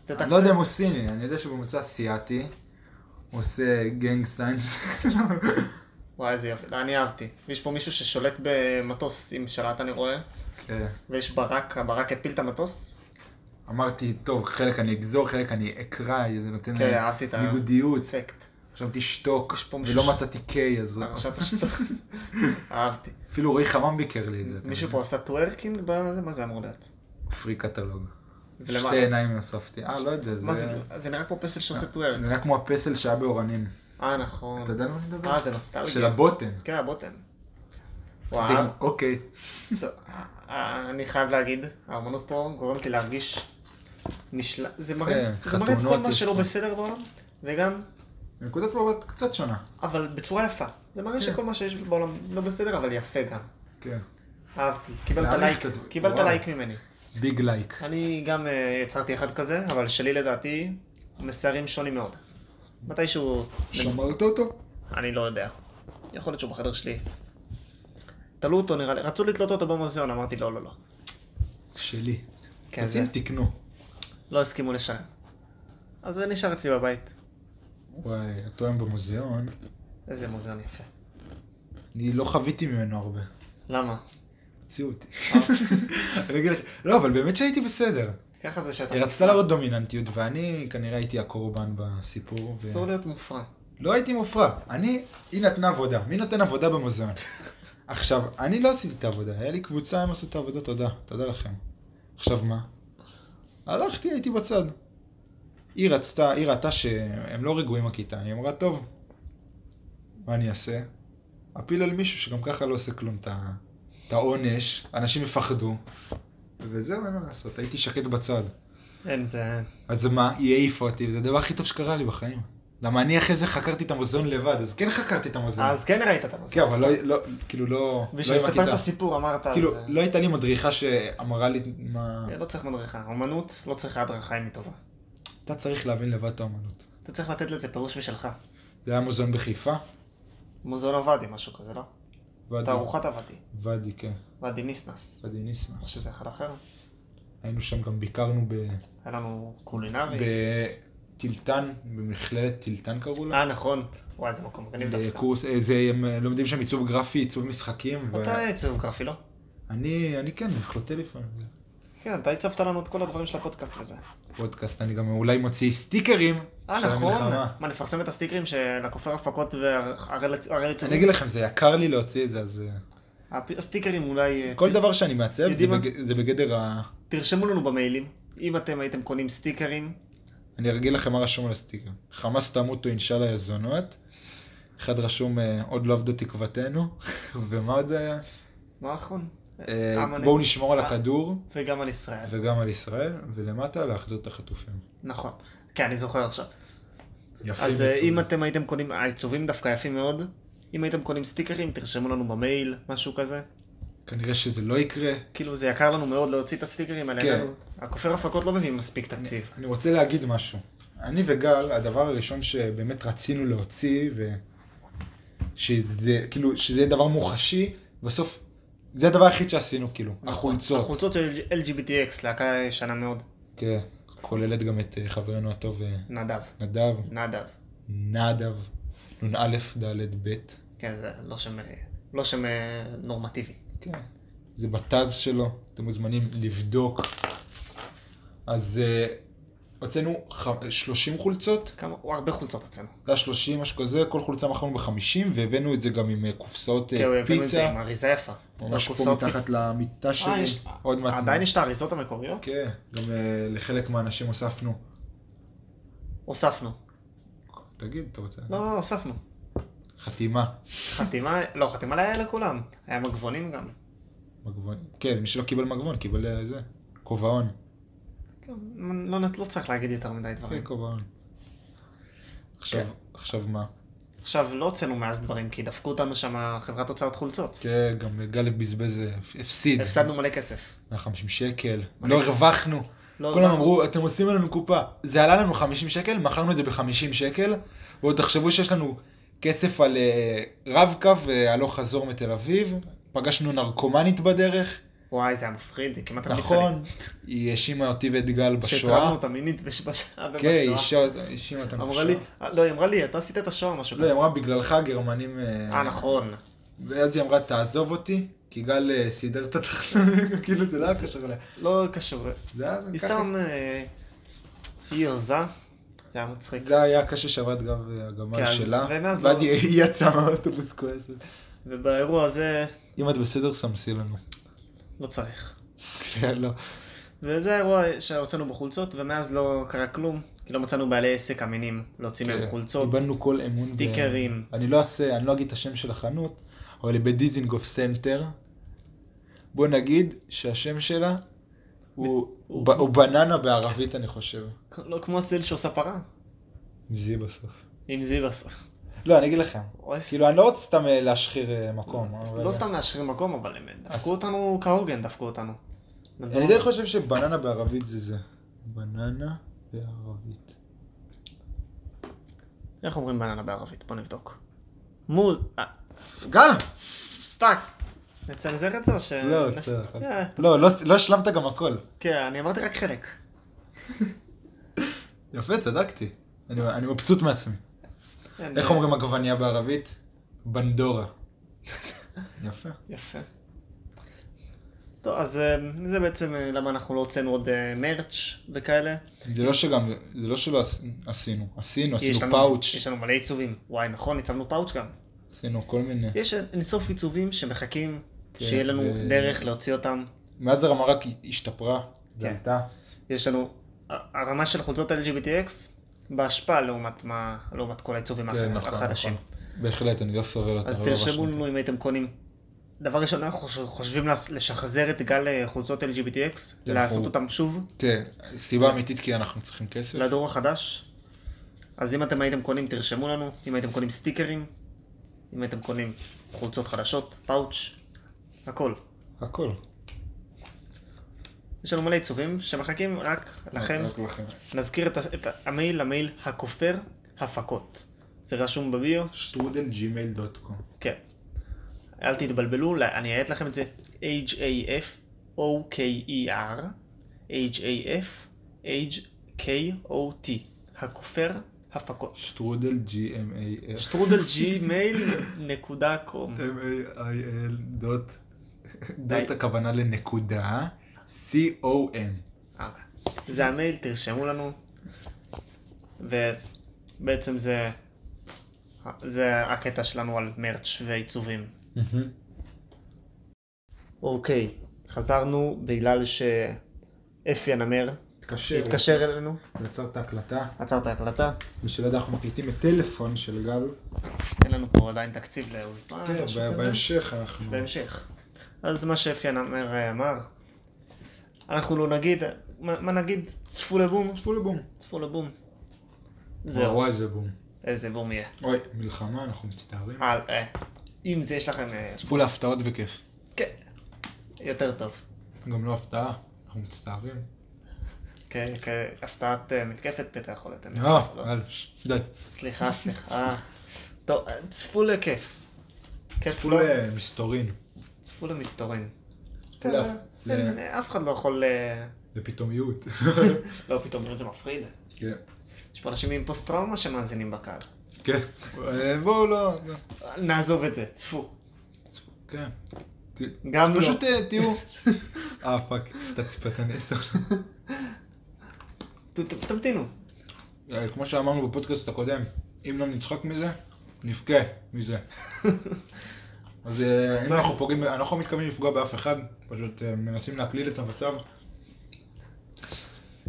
[SPEAKER 1] תתקצר.
[SPEAKER 2] אני לא יודע אם הוא סיני, אני יודע שהוא ממוצא אסיאתי. הוא עושה גנג סיינס.
[SPEAKER 1] וואי, איזה יופי, אני אהבתי. יש פה מישהו ששולט במטוס עם שלט, אני רואה.
[SPEAKER 2] כן.
[SPEAKER 1] ויש ברק, הברק הפיל את המטוס?
[SPEAKER 2] אמרתי, טוב, חלק אני אגזור, חלק אני אקרא, זה נותן
[SPEAKER 1] כן, אהבתי את ה-
[SPEAKER 2] ניגודיות.
[SPEAKER 1] אפקט.
[SPEAKER 2] עכשיו תשתוק,
[SPEAKER 1] יש פה מישהו
[SPEAKER 2] ולא
[SPEAKER 1] ש-
[SPEAKER 2] מצאתי קיי, אז
[SPEAKER 1] עכשיו פשוט... אהבתי.
[SPEAKER 2] אפילו רועי חמם ביקר לי את זה. אתה
[SPEAKER 1] מישהו
[SPEAKER 2] מבין?
[SPEAKER 1] פה עשה טוורקינג? בזה? מה זה אמור להיות?
[SPEAKER 2] פרי קטלוג.
[SPEAKER 1] ולמה?
[SPEAKER 2] שתי עיניים הוספתי. אה, לא יודע, זה... אה,
[SPEAKER 1] מה זה? זה נראה כמו פסל שעושה
[SPEAKER 2] זה
[SPEAKER 1] טוורק.
[SPEAKER 2] נראה כמו הפסל שהיה באורנים.
[SPEAKER 1] אה, נכון.
[SPEAKER 2] אתה יודע על מה אני מדבר?
[SPEAKER 1] אה, זה נוסטלגיה.
[SPEAKER 2] של הבוטן.
[SPEAKER 1] כן, הבוטן.
[SPEAKER 2] אמרתי
[SPEAKER 1] וואו.
[SPEAKER 2] גם, אוקיי.
[SPEAKER 1] טוב, אה, אני חייב להגיד, האמנות פה גורמת לי להרגיש נשל... זה מראה
[SPEAKER 2] כן,
[SPEAKER 1] זה מראה את כל
[SPEAKER 2] חתונות
[SPEAKER 1] מה
[SPEAKER 2] יש
[SPEAKER 1] שלא
[SPEAKER 2] פה.
[SPEAKER 1] בסדר בעולם, וגם,
[SPEAKER 2] נקודת מבט קצת שונה.
[SPEAKER 1] אבל בצורה יפה. זה מראה
[SPEAKER 2] כן.
[SPEAKER 1] שכל מה שיש בעולם לא בסדר, אבל יפה גם.
[SPEAKER 2] כן.
[SPEAKER 1] אהבתי, קיבלת
[SPEAKER 2] להעריך
[SPEAKER 1] לייק,
[SPEAKER 2] את הדבר-
[SPEAKER 1] קיבלת
[SPEAKER 2] וואו.
[SPEAKER 1] לייק ממני.
[SPEAKER 2] ביג לייק.
[SPEAKER 1] אני גם אה, יצרתי אחד כזה, אבל שלי לדעתי, מסרים שונים מאוד. מתישהו...
[SPEAKER 2] שמרת אותו?
[SPEAKER 1] אני לא יודע. יכול להיות שהוא בחדר שלי. תלו אותו נראה לי, רצו לתלות אותו במוזיאון, אמרתי לא, לא, לא.
[SPEAKER 2] שלי.
[SPEAKER 1] כן, זה,
[SPEAKER 2] תקנו.
[SPEAKER 1] לא הסכימו לשלם. אז זה נשאר אצלי בבית.
[SPEAKER 2] וואי, אותו היום במוזיאון,
[SPEAKER 1] איזה מוזיאון יפה.
[SPEAKER 2] אני לא חוויתי ממנו הרבה.
[SPEAKER 1] למה?
[SPEAKER 2] הוציאו אותי. אני אגיד לך, לא, אבל באמת שהייתי בסדר.
[SPEAKER 1] ככה זה שאתה...
[SPEAKER 2] היא רצתה להראות דומיננטיות, ואני כנראה הייתי הקורבן בסיפור. ו-
[SPEAKER 1] אסור להיות מופרע.
[SPEAKER 2] לא הייתי מופרע. אני, היא נתנה עבודה. מי נותן עבודה במוזיאון? עכשיו, אני לא עשיתי את העבודה, היה לי קבוצה, הם עשו את העבודה, תודה. תודה לכם. עכשיו מה? הלכתי, הייתי בצד. היא רצתה, היא ראתה שהם לא רגועים הכיתה, היא אמרה, טוב, מה אני אעשה? אפיל על מישהו שגם ככה לא עושה כלום את ה- את העונש, אנשים יפחדו, וזהו, אין מה לעשות, הייתי שקט בצד.
[SPEAKER 1] אין, זה...
[SPEAKER 2] אז מה, היא העיפה אותי, זה הדבר הכי טוב שקרה לי בחיים. למה אני אחרי זה חקרתי את המוזיאון לבד, אז כן חקרתי את המוזיאון.
[SPEAKER 1] אז כן ראית את המוזיאון.
[SPEAKER 2] כן, אבל לא, לא, כאילו לא, לא
[SPEAKER 1] בשביל
[SPEAKER 2] עם
[SPEAKER 1] לספר את
[SPEAKER 2] הכיתה.
[SPEAKER 1] הסיפור אמרת...
[SPEAKER 2] כאילו,
[SPEAKER 1] אז, אה,
[SPEAKER 2] לא הייתה לי מדריכה שאמרה לי מה...
[SPEAKER 1] לא צריך מדריכה. אומנות לא צריכה הדרכה אם היא טובה.
[SPEAKER 2] אתה צריך להבין לבד את האמנות.
[SPEAKER 1] אתה צריך לתת לזה פירוש משלך.
[SPEAKER 2] זה היה מוזיאון בחיפה,
[SPEAKER 1] מוזיאון הוואדי, משהו כזה, לא?
[SPEAKER 2] ואדי.
[SPEAKER 1] תערוכת הוואדי.
[SPEAKER 2] ואדי, כן.
[SPEAKER 1] ואדי ניסנס.
[SPEAKER 2] ואדי ניסן.
[SPEAKER 1] או שזה אחד אחר.
[SPEAKER 2] היינו שם, גם ביקרנו ב...
[SPEAKER 1] היה לנו קולינרי.
[SPEAKER 2] בטילטן, במכללת טילטן קראו לה.
[SPEAKER 1] אה, נכון. וואי, איזה מקום מגניב דווקא.
[SPEAKER 2] קורס, אה, זה, הם אה, לומדים שם עיצוב גרפי, עיצוב משחקים. ו-
[SPEAKER 1] אתה עיצוב גרפי, לא?
[SPEAKER 2] אני, אני כן, חוטא לפעמים.
[SPEAKER 1] כן, אתה הצבת לנו את כל הדברים של הפודקאסט וזה.
[SPEAKER 2] פודקאסט, אני גם אולי מוציא סטיקרים.
[SPEAKER 1] אה,
[SPEAKER 2] של
[SPEAKER 1] נכון.
[SPEAKER 2] המלחמה.
[SPEAKER 1] מה, נפרסם את הסטיקרים של הכופר הפקות והראל
[SPEAKER 2] אני אגיד לכם, זה יקר לי להוציא את זה, אז... אה,
[SPEAKER 1] הסטיקרים אולי... אה,
[SPEAKER 2] כל
[SPEAKER 1] ת-
[SPEAKER 2] דבר שאני מעצב זה
[SPEAKER 1] יודעים מה?
[SPEAKER 2] בג- זה בגדר ה...
[SPEAKER 1] תרשמו לנו במיילים, אם אתם הייתם קונים סטיקרים,
[SPEAKER 2] אני ארגיל לכם מה רשום על הסטיקר. חמאס תמותו אינשאללה יזונות. אחד רשום אה, עוד לא עבדו תקוותנו. ומה עוד זה היה?
[SPEAKER 1] מה האחרון?
[SPEAKER 2] אה,
[SPEAKER 1] עם הנצח.
[SPEAKER 2] בואו נשמור על הכדור
[SPEAKER 1] וגם על ישראל.
[SPEAKER 2] וגם על ישראל, ולמטה להחזיר את החטופים.
[SPEAKER 1] נכון. כן, אני זוכר עכשיו.
[SPEAKER 2] יפים
[SPEAKER 1] אז אה,
[SPEAKER 2] מצוין.
[SPEAKER 1] אם אתם הייתם קונים, העיצובים דווקא יפים מאוד. אם הייתם קונים סטיקרים, תרשמו לנו במייל, משהו כזה.
[SPEAKER 2] כנראה שזה לא יקרה.
[SPEAKER 1] כאילו, זה יקר לנו מאוד להוציא את הסטיקרים האלה.
[SPEAKER 2] כן.
[SPEAKER 1] כן. הכופר הפקות לא מביא מספיק תקציב.
[SPEAKER 2] אני רוצה להגיד משהו. אני וגל, הדבר הראשון שבאמת רצינו להוציא, ו... שזה, כאילו, שזה יהיה דבר מוחשי, בסוף, זה הדבר היחיד שעשינו, כאילו,
[SPEAKER 1] נכון,
[SPEAKER 2] החולצות.
[SPEAKER 1] החולצות של LGBTX, להקה ישנה מאוד.
[SPEAKER 2] כן, כוללת גם את אה, חברנו הטוב אה,
[SPEAKER 1] נדב.
[SPEAKER 2] נדב,
[SPEAKER 1] נדב.
[SPEAKER 2] נדב, נ"א ד' ב'.
[SPEAKER 1] כן, זה לא שם, אה, לא שם אה, נורמטיבי.
[SPEAKER 2] כן, זה בטז שלו, אתם מוזמנים לבדוק. אז אה, הוצאנו ח- 30 חולצות,
[SPEAKER 1] כמה, הוא הרבה חולצות אצלנו.
[SPEAKER 2] זה היה 30 משהו כזה, כל חולצה מכרנו ב-50, והבאנו את זה גם עם אה, קופסאות אה,
[SPEAKER 1] כן, הוא הבאנו את זה עם
[SPEAKER 2] פיצה,
[SPEAKER 1] אריזה יפה.
[SPEAKER 2] ממש פה
[SPEAKER 1] קופסאות
[SPEAKER 2] מתחת לא
[SPEAKER 1] פיצה.
[SPEAKER 2] למיטה שלי,
[SPEAKER 1] אה, יש-
[SPEAKER 2] עוד מעט.
[SPEAKER 1] עדיין יש את האריזות המקוריות?
[SPEAKER 2] כן, גם אה, לחלק מהאנשים הוספנו.
[SPEAKER 1] הוספנו.
[SPEAKER 2] תגיד, אתה רוצה?
[SPEAKER 1] לא, לא, הוספנו.
[SPEAKER 2] חתימה.
[SPEAKER 1] חתימה, לא, חתימה היה לכולם. היה מגבונים גם.
[SPEAKER 2] מגבון. כן, מי שלא קיבל מגבון, קיבל אה, זה. כובעון.
[SPEAKER 1] כן, לא, נת- לא צריך להגיד יותר מדי דברים.
[SPEAKER 2] כן, כובעון. עכשיו,
[SPEAKER 1] כן.
[SPEAKER 2] עכשיו מה? כן.
[SPEAKER 1] עכשיו, לא הוצאנו מאז דברים, כי דפקו אותנו שם חברת הוצאת חולצות.
[SPEAKER 2] כן, גם גל בזבז, אה, הפסיד.
[SPEAKER 1] הפסדנו מלא כסף.
[SPEAKER 2] 150 שקל,
[SPEAKER 1] מלא
[SPEAKER 2] לא
[SPEAKER 1] כסף.
[SPEAKER 2] הרווחנו.
[SPEAKER 1] לא
[SPEAKER 2] כולם
[SPEAKER 1] הרווחנו.
[SPEAKER 2] אמרו, אתם עושים עלינו קופה. זה עלה לנו 50 שקל, מכרנו את זה ב-50 שקל, ועוד תחשבו שיש לנו כסף על אה, רב-קו והלוך חזור מתל אביב, פגשנו נרקומנית בדרך,
[SPEAKER 1] וואי, זה היה מפחיד, היא כמעט הרביצה לי.
[SPEAKER 2] נכון, היא האשימה אותי ואת גל
[SPEAKER 1] שהתרמנו
[SPEAKER 2] בשואה.
[SPEAKER 1] אותה מינית בש- בשואה.
[SPEAKER 2] כן, היא
[SPEAKER 1] בשואה.
[SPEAKER 2] האשימה- האשימה אותנו
[SPEAKER 1] אמרה
[SPEAKER 2] בשואה.
[SPEAKER 1] לי, לא, היא אמרה לי, אתה עשית את השואה או משהו
[SPEAKER 2] לא, היא
[SPEAKER 1] כזה.
[SPEAKER 2] אמרה, בגללך הגרמנים...
[SPEAKER 1] אה, נכון.
[SPEAKER 2] ואז היא אמרה, תעזוב אותי, כי גל אה, סידר את התחתונה, כאילו זה לא היה קשור אליה.
[SPEAKER 1] לא קשור.
[SPEAKER 2] זה היה
[SPEAKER 1] היא
[SPEAKER 2] כן, ככה.
[SPEAKER 1] סתם... אה, היא הוזה. זה היה מצחיק.
[SPEAKER 2] זה היה הקש ששבת גב
[SPEAKER 1] כן,
[SPEAKER 2] הגמל
[SPEAKER 1] אז-
[SPEAKER 2] שלה,
[SPEAKER 1] ומאז
[SPEAKER 2] ואז
[SPEAKER 1] לא-
[SPEAKER 2] היא היא יצאה מהאוטובוס כועסת.
[SPEAKER 1] ובאירוע הזה
[SPEAKER 2] אם את בסדר, סמסי לנו.
[SPEAKER 1] לא צריך.
[SPEAKER 2] כן, לא.
[SPEAKER 1] וזה האירוע שהוצאנו בחולצות, ומאז לא קרה כלום, כי לא מצאנו בעלי עסק אמינים להוציא
[SPEAKER 2] כן.
[SPEAKER 1] מהם חולצות.
[SPEAKER 2] איבדנו כל אמון. ב-
[SPEAKER 1] סטיקרים.
[SPEAKER 2] אני לא אעשה, אני לא אגיד את השם של החנות, אבל היא בדיזינגוף סנטר. בוא נגיד שהשם שלה הוא- הוא ב- הוא בננה בערבית, אני חושב.
[SPEAKER 1] לא כמו הצליל שעושה פרה,
[SPEAKER 2] מזי בסוף.
[SPEAKER 1] עם זיו עשה.
[SPEAKER 2] לא, אני אגיד לכם.
[SPEAKER 1] אוי,
[SPEAKER 2] כאילו, אני לא רוצה סתם אה, להשחיר אה, מקום. אבל-
[SPEAKER 1] לא סתם מאשרים מקום, אבל הם
[SPEAKER 2] אז-
[SPEAKER 1] דפקו אותנו כהוגן, דפקו אותנו.
[SPEAKER 2] אני די חושב שבננה בערבית זה זה. בננה בערבית.
[SPEAKER 1] איך אומרים בננה בערבית? בוא נבדוק. מול... אה,
[SPEAKER 2] גל!
[SPEAKER 1] טאק. נצנזר את זה או ש...
[SPEAKER 2] לא,
[SPEAKER 1] נש-
[SPEAKER 2] בסדר.
[SPEAKER 1] אה,
[SPEAKER 2] לא, לא, לא השלמת גם הכל.
[SPEAKER 1] כן, אני אמרתי רק חלק.
[SPEAKER 2] יפה, צדקתי. אני, אני מבסוט מעצמי.
[SPEAKER 1] אין,
[SPEAKER 2] איך
[SPEAKER 1] אה,
[SPEAKER 2] אומרים עגבנייה בערבית? בנדורה. יפה.
[SPEAKER 1] יפה. טוב, אז אה, זה בעצם אה, למה אנחנו לא הוצאנו עוד אה, מרץ' וכאלה.
[SPEAKER 2] זה לא שגם, זה לא שלא עש- עשינו. עשינו,
[SPEAKER 1] כי יש
[SPEAKER 2] עשינו
[SPEAKER 1] לנו-
[SPEAKER 2] פאוץ',
[SPEAKER 1] יש לנו מלא עיצובים. וואי, נכון, הצבנו פאוץ' גם.
[SPEAKER 2] עשינו כל מיני.
[SPEAKER 1] יש אינסוף עיצובים שמחכים,
[SPEAKER 2] כן,
[SPEAKER 1] שיהיה לנו
[SPEAKER 2] ו-
[SPEAKER 1] דרך להוציא אותם.
[SPEAKER 2] מאז הרמה רק השתפרה.
[SPEAKER 1] כן.
[SPEAKER 2] ועלתה.
[SPEAKER 1] יש לנו, ה- הרמה של חולצות LGBTX בהשפעה לעומת מה, לעומת כל העיצובים
[SPEAKER 2] כן,
[SPEAKER 1] האחרים-
[SPEAKER 2] נכון,
[SPEAKER 1] החדשים.
[SPEAKER 2] נכון. בהחלט, אני לא סובל אותה.
[SPEAKER 1] אז
[SPEAKER 2] לא
[SPEAKER 1] תרשמו
[SPEAKER 2] ממש.
[SPEAKER 1] לנו אם הייתם קונים. דבר ראשון, אנחנו חוש- חושבים לס- לשחזר את גל אה, חולצות LGBTX,
[SPEAKER 2] כן,
[SPEAKER 1] לעשות
[SPEAKER 2] אנחנו-
[SPEAKER 1] אותם שוב
[SPEAKER 2] כן, סיבה אמיתית כי אנחנו צריכים כסף.
[SPEAKER 1] לדור החדש. אז אם אתם הייתם קונים, תרשמו לנו. אם הייתם קונים סטיקרים, אם הייתם קונים חולצות חדשות, פאוץ', הכל.
[SPEAKER 2] הכל.
[SPEAKER 1] יש לנו מלא עיצובים שמחכים רק לכם.
[SPEAKER 2] רק לכם.
[SPEAKER 1] נזכיר את, ה- את ה- המייל, המייל הכופר הפקות. זה רשום בביו,
[SPEAKER 2] שטרודלג'ימייל.קום
[SPEAKER 1] כן. אל תתבלבלו, לא- אני אעט לכם את זה. H-A-F-O-K-E-R, H-A-F-H-K-O-T, הכופר הפקות.
[SPEAKER 2] שטרודל G-M-A-F.
[SPEAKER 1] שטרודל ג'ימייל נקודה קום.
[SPEAKER 2] אה, M-A-I-L דוט,
[SPEAKER 1] די.
[SPEAKER 2] דוט הכוונה לנקודה, C-O-M.
[SPEAKER 1] אה, אוקיי. זה המייל, תרשמו לנו. ובעצם זה, זה הקטע שלנו על מרץ' ועיצובים. אוקיי, חזרנו בגלל שאפי הנמר
[SPEAKER 2] התקשר,
[SPEAKER 1] התקשר אלינו,
[SPEAKER 2] יצר את ההקלטה.
[SPEAKER 1] עצר את ההקלטה,
[SPEAKER 2] מי שלא יודע, אנחנו מקליטים את טלפון של גל.
[SPEAKER 1] אין לנו פה עדיין תקציב לאולפן,
[SPEAKER 2] כן,
[SPEAKER 1] אה, משהו
[SPEAKER 2] ב-
[SPEAKER 1] כזה.
[SPEAKER 2] בהמשך אנחנו...
[SPEAKER 1] בהמשך. אז מה שאפיין אמר, אמר, אנחנו לא נגיד, מה, מה נגיד? צפו לבום?
[SPEAKER 2] צפו לבום.
[SPEAKER 1] צפו לבום.
[SPEAKER 2] זהו.
[SPEAKER 1] זהו,
[SPEAKER 2] וואי זה בום.
[SPEAKER 1] איזה בום יהיה.
[SPEAKER 2] אוי, מלחמה, אנחנו מצטערים.
[SPEAKER 1] על, אה, אם זה יש לכם... אה,
[SPEAKER 2] צפו להפתעות וכיף.
[SPEAKER 1] כן, יותר טוב.
[SPEAKER 2] גם לא הפתעה, אנחנו מצטערים.
[SPEAKER 1] כן, כן, הפתעת אה, מתקפת בית החולה. אתם
[SPEAKER 2] לא,
[SPEAKER 1] לא.
[SPEAKER 2] אל, ש- די.
[SPEAKER 1] סליחה, סליחה. טוב, אה, צפו לכיף. כיף
[SPEAKER 2] צפו
[SPEAKER 1] לא,
[SPEAKER 2] למסתורין,
[SPEAKER 1] צפו למסתורין.
[SPEAKER 2] לא,
[SPEAKER 1] כן,
[SPEAKER 2] לא.
[SPEAKER 1] אין, אף אחד לא יכול... אה,
[SPEAKER 2] לפתאומיות.
[SPEAKER 1] לא, פתאום זה מפחיד.
[SPEAKER 2] כן.
[SPEAKER 1] יש פה אנשים עם פוסט טראומה שמאזינים בקהל.
[SPEAKER 2] כן. אה, בואו לא, לא.
[SPEAKER 1] נעזוב את זה, צפו.
[SPEAKER 2] כן.
[SPEAKER 1] גם לא.
[SPEAKER 2] פשוט אה, תהיו. אה פאק, תצפתני.
[SPEAKER 1] ת- ת- תמתינו.
[SPEAKER 2] אה, כמו שאמרנו בפודקאסט הקודם, אם לא נצחק מזה, נבכה מזה. אז אה, אם
[SPEAKER 1] זה-
[SPEAKER 2] אנחנו פוגעים, אנחנו לא מתכוונים לפגוע באף אחד, פשוט אה, מנסים להקליל את המצב.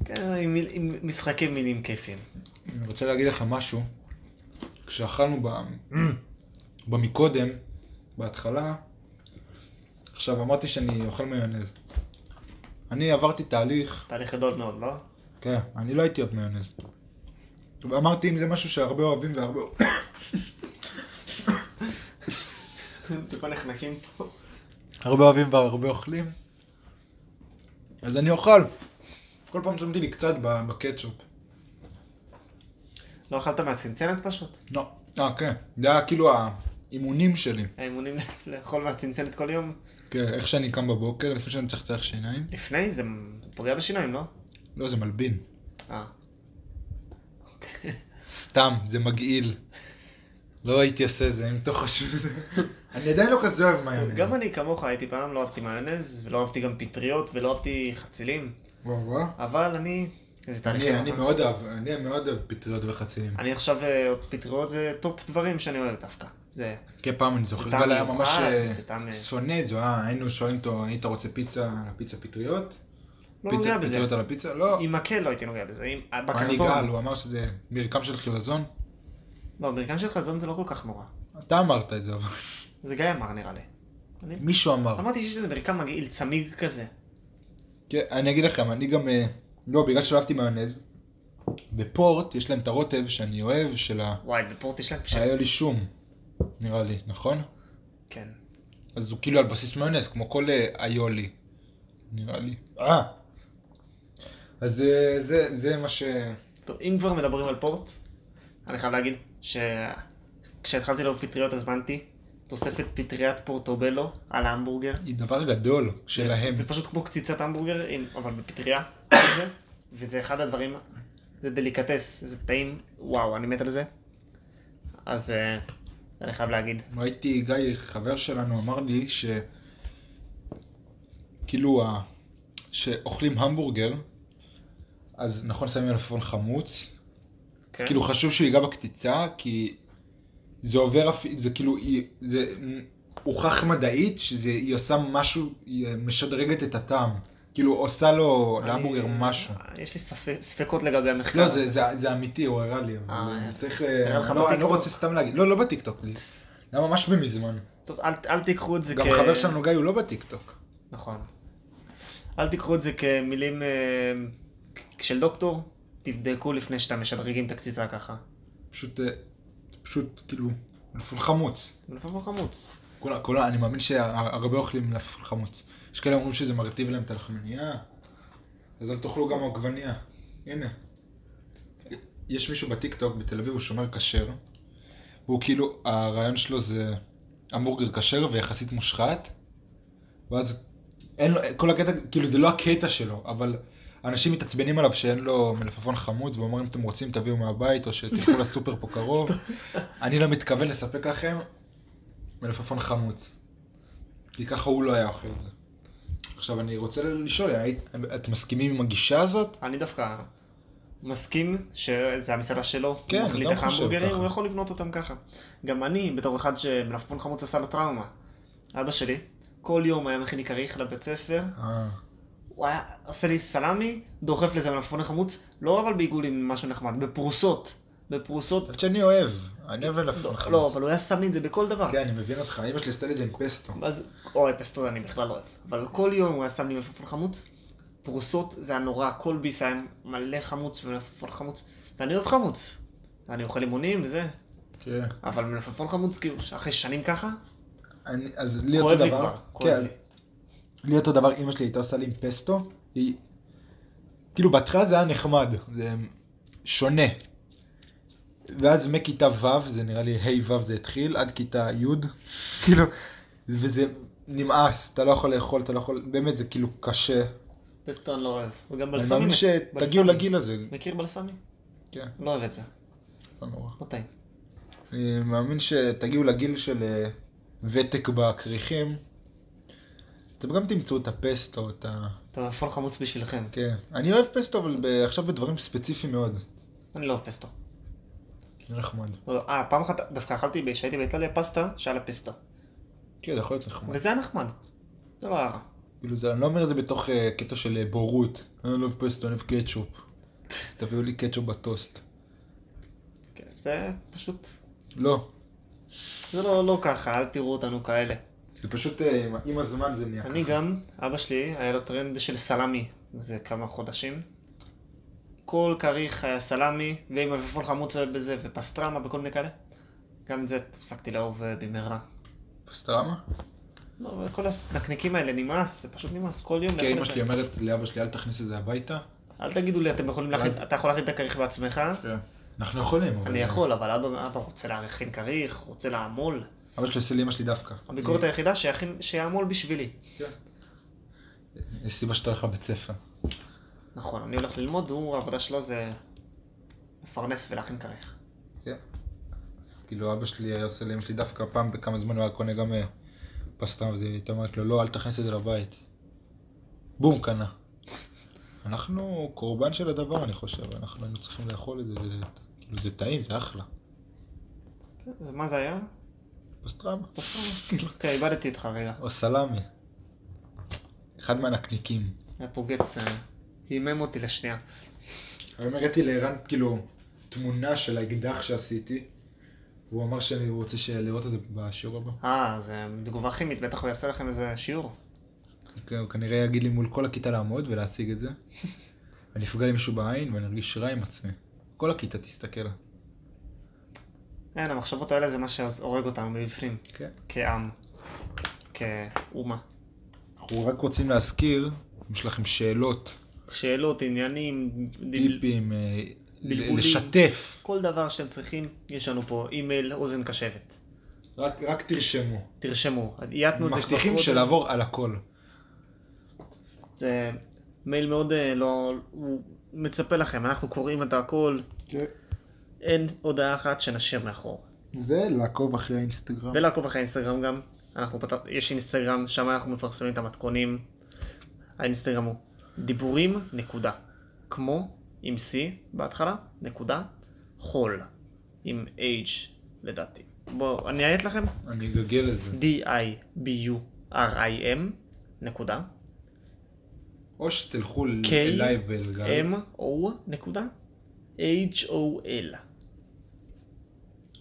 [SPEAKER 1] כן, עם מיל- עם משחקי מילים כיפיים.
[SPEAKER 2] אני רוצה להגיד לך משהו. כשאכלנו ב... Mm. במקודם, בהתחלה, עכשיו אמרתי שאני אוכל מיונז. אני עברתי תהליך,
[SPEAKER 1] תהליך גדול מאוד, לא?
[SPEAKER 2] כן, אני לא הייתי אוהב מיונז. אמרתי אם זה משהו שהרבה אוהבים והרבה...
[SPEAKER 1] טיפה נחנקים פה.
[SPEAKER 2] הרבה אוהבים והרבה אוכלים. אז אני אוכל. כל פעם שמתי לי קצת ב- בקטשופ.
[SPEAKER 1] לא אכלת מהצנצנת פשוט?
[SPEAKER 2] לא. אה, כן. זה היה כאילו האימונים שלי.
[SPEAKER 1] האימונים לאכול מהצנצנת כל יום?
[SPEAKER 2] כן, איך שאני קם בבוקר, לפני שאני מצחצח שיניים.
[SPEAKER 1] לפני זה פוגע בשיניים, לא?
[SPEAKER 2] לא, זה מלבין.
[SPEAKER 1] אה. אוקיי.
[SPEAKER 2] סתם, זה מגעיל. לא הייתי עושה את זה, אם אתה חושב את זה. אני עדיין לא כזה אוהב מיונז.
[SPEAKER 1] גם אני כמוך הייתי פעם, לא אהבתי מיונז, ולא אהבתי גם פטריות, ולא אהבתי חצילים,
[SPEAKER 2] וואו וואו.
[SPEAKER 1] אבל אני... איזה תהליך
[SPEAKER 2] אני,
[SPEAKER 1] גדול,
[SPEAKER 2] אני
[SPEAKER 1] אה?
[SPEAKER 2] מאוד אוהב, אני מאוד אוהב פטריות וחצילים.
[SPEAKER 1] אני עכשיו, אה, פטריות זה טופ דברים שאני אוהב דווקא. זה
[SPEAKER 2] כן פעם אני זוכר,
[SPEAKER 1] זה טעם
[SPEAKER 2] גל היה ממש
[SPEAKER 1] מיוחד,
[SPEAKER 2] אה,
[SPEAKER 1] זה טעם, אה,
[SPEAKER 2] שונא את זה, אה, היינו שואלים אותו, היית רוצה פיצה על הפיצה פטריות?
[SPEAKER 1] לא
[SPEAKER 2] פיצה
[SPEAKER 1] נוגע בזה.
[SPEAKER 2] פטריות על הפיצה? לא.
[SPEAKER 1] עם מקל לא הייתי נוגע בזה, עם...
[SPEAKER 2] אני לא. גל,
[SPEAKER 1] בקרטון.
[SPEAKER 2] הוא אמר שזה מרקם של חילזון.
[SPEAKER 1] לא, מרקם של חזון זה לא כל כך נורא.
[SPEAKER 2] אתה אמרת את זה, אבל
[SPEAKER 1] זה גיא אמר נראה לי. אני-
[SPEAKER 2] מישהו אמר.
[SPEAKER 1] אמרתי שיש איזה מרקם מגעיל, צמיג כזה.
[SPEAKER 2] כן, אני אגיד לכם, אני גם, אה, לא, בגלל שלא אהבתי מיונז, בפורט יש להם את הרוטב שאני אוהב, של ה...
[SPEAKER 1] וואי, בפורט יש להם פשוט...
[SPEAKER 2] היה לי שום, נראה לי, נכון?
[SPEAKER 1] כן.
[SPEAKER 2] אז הוא כאילו על בסיס מיונז, כמו כל אה, איולי, נראה לי. אה! אז אה, זה, זה מה ש...
[SPEAKER 1] טוב, אם כבר מדברים על פורט, אני חייב להגיד שכשהתחלתי לאהוב פטריות הזמנתי תוספת פטריית פורטובלו על ההמבורגר.
[SPEAKER 2] היא דבר גדול שלהם.
[SPEAKER 1] זה פשוט כמו קציצת המבורגר, עם... אבל בפטריה. על זה, וזה אחד הדברים, זה דליקטס, זה טעים, וואו, אני מת על זה. אז אה, אני חייב להגיד,
[SPEAKER 2] ראיתי, גיא, חבר שלנו, אמר לי ש... כאילו, ה... שאוכלים המבורגר, אז נכון שמים עליו פון חמוץ,
[SPEAKER 1] כן?
[SPEAKER 2] כאילו חשוב שהוא ייגע בקציצה, כי זה עובר, אפ- זה כאילו, היא- זה הוכח מדעית שהיא עושה משהו, היא משדרגת את הטעם. כאילו עושה לו
[SPEAKER 1] אני- אה,
[SPEAKER 2] להמבורגר משהו.
[SPEAKER 1] יש לי ספק, ספקות לגבי המחקר.
[SPEAKER 2] לא, זה- זה זה אמיתי, הוא הראה לי, אבל
[SPEAKER 1] אה,
[SPEAKER 2] אני צריך,
[SPEAKER 1] הראה לך
[SPEAKER 2] אני לא- אני לא
[SPEAKER 1] בטיקטוק? אה.
[SPEAKER 2] רוצה סתם להגיד, לא, לא בטיקטוק, זה היה ממש במזמן.
[SPEAKER 1] טוב, אל, אל תיקחו את זה
[SPEAKER 2] גם
[SPEAKER 1] כ...
[SPEAKER 2] חבר שלנו גיא הוא לא בטיקטוק.
[SPEAKER 1] נכון. אל תיקחו את זה כמילים אה, של דוקטור, תבדקו לפני שאתם משדרגים את הקציצה ככה.
[SPEAKER 2] פשוט, אה, פשוט כאילו, מלפפון חמוץ.
[SPEAKER 1] לפעמים חמוץ.
[SPEAKER 2] כולם, כולם, אני מאמין שהרבה אוכלים מלפפון חמוץ. יש כאלה אומרים שזה מרטיב להם את הלחמנייה, אז אל תאכלו גם עגבנייה. הנה. יש מישהו בטיקטוק בתל אביב, הוא שומר כשר. הוא כאילו, הרעיון שלו זה המבורגר כשר ויחסית מושחת. ואז אין לו, כל הקטע, כאילו זה לא הקטע שלו, אבל אנשים מתעצבנים עליו שאין לו מלפפון חמוץ, והוא אומר אם אתם רוצים תביאו מהבית, או שתלכו לסופר פה קרוב. אני לא מתכוון לספק לכם מלפפון חמוץ. כי ככה הוא לא היה אוכל את זה. עכשיו אני רוצה לשאול, היית- את מסכימים עם הגישה הזאת?
[SPEAKER 1] אני דווקא מסכים שזה המסעדה שלו,
[SPEAKER 2] כן,
[SPEAKER 1] הוא
[SPEAKER 2] אני
[SPEAKER 1] מחליט
[SPEAKER 2] גם
[SPEAKER 1] איך
[SPEAKER 2] חושב
[SPEAKER 1] ההמבורגרים,
[SPEAKER 2] ככה.
[SPEAKER 1] הוא יכול לבנות אותם ככה. גם אני, בתור אחד שמלפפון חמוץ עשה לו טראומה, אבא שלי, כל יום היה מכין לי כריך לבית ספר,
[SPEAKER 2] אה,
[SPEAKER 1] הוא היה עושה לי סלמי, דוחף לזה מלפפון חמוץ, לא אבל בעיגול עם משהו נחמד, בפרוסות. בפרוסות
[SPEAKER 2] זאת שאני אוהב. אני אוהב
[SPEAKER 1] לא,
[SPEAKER 2] מלפפון חמוץ.
[SPEAKER 1] לא, אבל הוא היה שם לי את זה בכל דבר.
[SPEAKER 2] כן, אני מבין אותך, אמא שלי עשתה לי את זה עם פסטו.
[SPEAKER 1] אז, אוי, פסטות אני בכלל לא אוהב. אבל כל יום הוא היה שם לי מלפפון חמוץ. פרוסות זה היה נורא, כל ביס היה מלא חמוץ ומלפפון חמוץ. ואני אוהב חמוץ. אני אוכל לימונים וזה.
[SPEAKER 2] כן.
[SPEAKER 1] אבל מלפפון חמוץ, כאילו, אחרי שנים ככה,
[SPEAKER 2] אני- אז לי אותו
[SPEAKER 1] כואב לי
[SPEAKER 2] דבר.
[SPEAKER 1] כבר. כואב
[SPEAKER 2] כן,
[SPEAKER 1] לי.
[SPEAKER 2] לי אותו דבר, אמא שלי הייתה עושה לי עם פסטו. היא... כאילו בהתחלה זה היה נחמד, זה שונה. ואז מכיתה ו', זה נראה לי ה' ו' זה התחיל, עד כיתה י', כאילו, וזה נמאס, אתה לא יכול לאכול, אתה לא יכול, באמת זה כאילו קשה.
[SPEAKER 1] פסטו אני לא אוהב. וגם
[SPEAKER 2] אני
[SPEAKER 1] בלסמי.
[SPEAKER 2] מאמין שתגיעו
[SPEAKER 1] בלסמי.
[SPEAKER 2] לגיל הזה.
[SPEAKER 1] מכיר בלסמי?
[SPEAKER 2] כן,
[SPEAKER 1] לא אוהב את זה.
[SPEAKER 2] לא נורא.
[SPEAKER 1] לא טעים.
[SPEAKER 2] אני מאמין שתגיעו לגיל של אה, ותק בכריכים. אתם גם תמצאו את הפסטו, את ה...
[SPEAKER 1] אתה מלפפון חמוץ בשבילכם.
[SPEAKER 2] כן. אני אוהב פסטו, אבל ב... עכשיו בדברים ספציפיים מאוד.
[SPEAKER 1] אני לא אוהב פסטו.
[SPEAKER 2] זה נחמד.
[SPEAKER 1] לא, אה, פעם אחת דווקא אכלתי, כשהייתי באיטליה, פסטה שהיה לה פסטו.
[SPEAKER 2] כן, זה יכול להיות נחמד.
[SPEAKER 1] וזה היה נחמד. זה לא היה רע.
[SPEAKER 2] כאילו, זה, אני לא אומר את זה בתוך אה, קטע של אה, בורות. אני לא אוהב פסטו, אני אוהב קטשופ. תביאו לי קטשופ בטוסט.
[SPEAKER 1] כן, זה פשוט...
[SPEAKER 2] לא.
[SPEAKER 1] זה לא, לא ככה, אל תראו אותנו כאלה.
[SPEAKER 2] זה פשוט, אה, עם- עם הזמן זה נהיה
[SPEAKER 1] אני גם, אבא שלי, היה לו טרנד של סלמי, זה כמה חודשים. כל כריך היה סלמי, ועם מלפפון חמוץ בזה, ופסטרמה וכל מיני כאלה. גם את זה הפסקתי לאהוב אה, במהרה.
[SPEAKER 2] פסטרמה?
[SPEAKER 1] לא, אבל כל הנקניקים האלה נמאס, זה פשוט נמאס, כל יום
[SPEAKER 2] כן,
[SPEAKER 1] לאכול
[SPEAKER 2] אמא
[SPEAKER 1] את זה.
[SPEAKER 2] שלי אומרת לאבא שלי, אל תכניס את זה הביתה.
[SPEAKER 1] אל תגידו לי, אתם יכולים
[SPEAKER 2] ואז-
[SPEAKER 1] להכין, אתה יכול להכין את הכריך בעצמך?
[SPEAKER 2] כן. אנחנו יכולים, אבל... אה,
[SPEAKER 1] אני יכול, אבל אבא, אבא רוצה להכין כריך, רוצה לעמול.
[SPEAKER 2] אבא שלי עושה לאמא שלי דווקא.
[SPEAKER 1] הביקורת
[SPEAKER 2] היא-
[SPEAKER 1] היחידה שיכין- שיעמול בשבילי.
[SPEAKER 2] יש סיבה שאתה הולך לבית ספר.
[SPEAKER 1] נכון, אני הולך ללמוד, הוא, העבודה שלו זה לפרנס ולהכין כריך.
[SPEAKER 2] אז כאילו אבא שלי היה עושה לאמא שלי דווקא פעם בכמה זמן הוא היה קונה גם אה, פסטרמה, אז היא הייתה אומרת לו לא, אל תכניס את זה לבית. בום, קנה. אנחנו קורבן של הדבר אני חושב, אנחנו היינו צריכים לאכול את זה, זה, כאילו, זה טעים, זה אחלה.
[SPEAKER 1] אז מה זה היה?
[SPEAKER 2] פסטרמה.
[SPEAKER 1] כן, איבדתי אותך רגע.
[SPEAKER 2] או סלמי. אחד מהנקניקים.
[SPEAKER 1] הפוגץ אה, הימם אותי לשנייה.
[SPEAKER 2] היום הראיתי לערן כאילו תמונה של האקדח שעשיתי, והוא אמר שאני רוצה לראות את זה בשיעור הבא.
[SPEAKER 1] אה, זה תגובה כימית, בטח הוא יעשה לכם איזה שיעור.
[SPEAKER 2] כן, הוא כנראה יגיד לי מול כל הכיתה לעמוד ולהציג את זה. אני אפגע לי מישהו בעין ואני ארגיש רע עם עצמי. כל הכיתה תסתכל.
[SPEAKER 1] אין, המחשבות האלה זה מה שהורג אותנו מבפנים,
[SPEAKER 2] כן.
[SPEAKER 1] כעם, כאומה.
[SPEAKER 2] אנחנו רק רוצים להזכיר, אם יש לכם שאלות,
[SPEAKER 1] שאלות, עניינים, דיל-
[SPEAKER 2] טיפים, אה,
[SPEAKER 1] בלבולים.
[SPEAKER 2] לשתף.
[SPEAKER 1] כל דבר שאתם צריכים, יש לנו פה אימייל, אוזן קשבת.
[SPEAKER 2] רק, רק תרשמו.
[SPEAKER 1] תרשמו, אייתנו את זה כבר
[SPEAKER 2] כן. מבטיחים
[SPEAKER 1] קודם.
[SPEAKER 2] שלעבור על הכל.
[SPEAKER 1] זה מייל מאוד אה, לא... הוא מצפה לכם, אנחנו קוראים את הכל,
[SPEAKER 2] כן.
[SPEAKER 1] אין הודעה אחת שנשאיר מאחור.
[SPEAKER 2] ולעקוב אחרי האינסטגרם.
[SPEAKER 1] ולעקוב אחרי האינסטגרם גם, אנחנו פתח... יש אינסטגרם, שם אנחנו מפרסמים את המתכונים. האינסטגרם הוא דיבורים נקודה. כמו עם C בהתחלה, נקודה, חול, עם H לדעתי. בואו, אני אעיית לכם,
[SPEAKER 2] אני אגגל את זה.
[SPEAKER 1] D-I-B-U-R-I-M, נקודה,
[SPEAKER 2] או שתלכו
[SPEAKER 1] K,
[SPEAKER 2] אליי בלגל.
[SPEAKER 1] M-O, נקודה, H-O-L.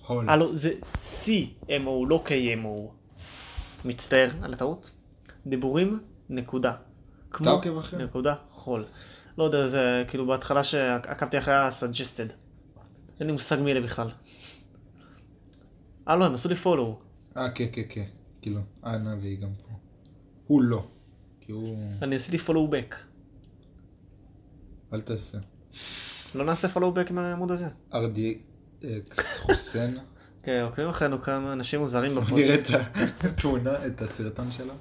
[SPEAKER 2] הול.
[SPEAKER 1] הלו, זה CMO, לא KMO. מצטער על הטעות. דיבורים, נקודה.
[SPEAKER 2] אתה עוקב אחרי?
[SPEAKER 1] נקודה, חול. לא יודע, זה כאילו בהתחלה שעקבתי אחרי ה-suggested. אין לי מושג מי אלה בכלל. אה לא, הם עשו לי follow.
[SPEAKER 2] אה, כן, כן, כן. כאילו, אנה והיא גם פה. הוא לא. כי הוא...
[SPEAKER 1] אני עשיתי follow back.
[SPEAKER 2] אל תעשה.
[SPEAKER 1] לא נעשה follow back מהעמוד הזה.
[SPEAKER 2] ארדי חוסיין.
[SPEAKER 1] כן, עוקבים אחרינו כמה אנשים מוזרים בפוד.
[SPEAKER 2] נראה את התמונה, את הסרטון שלו.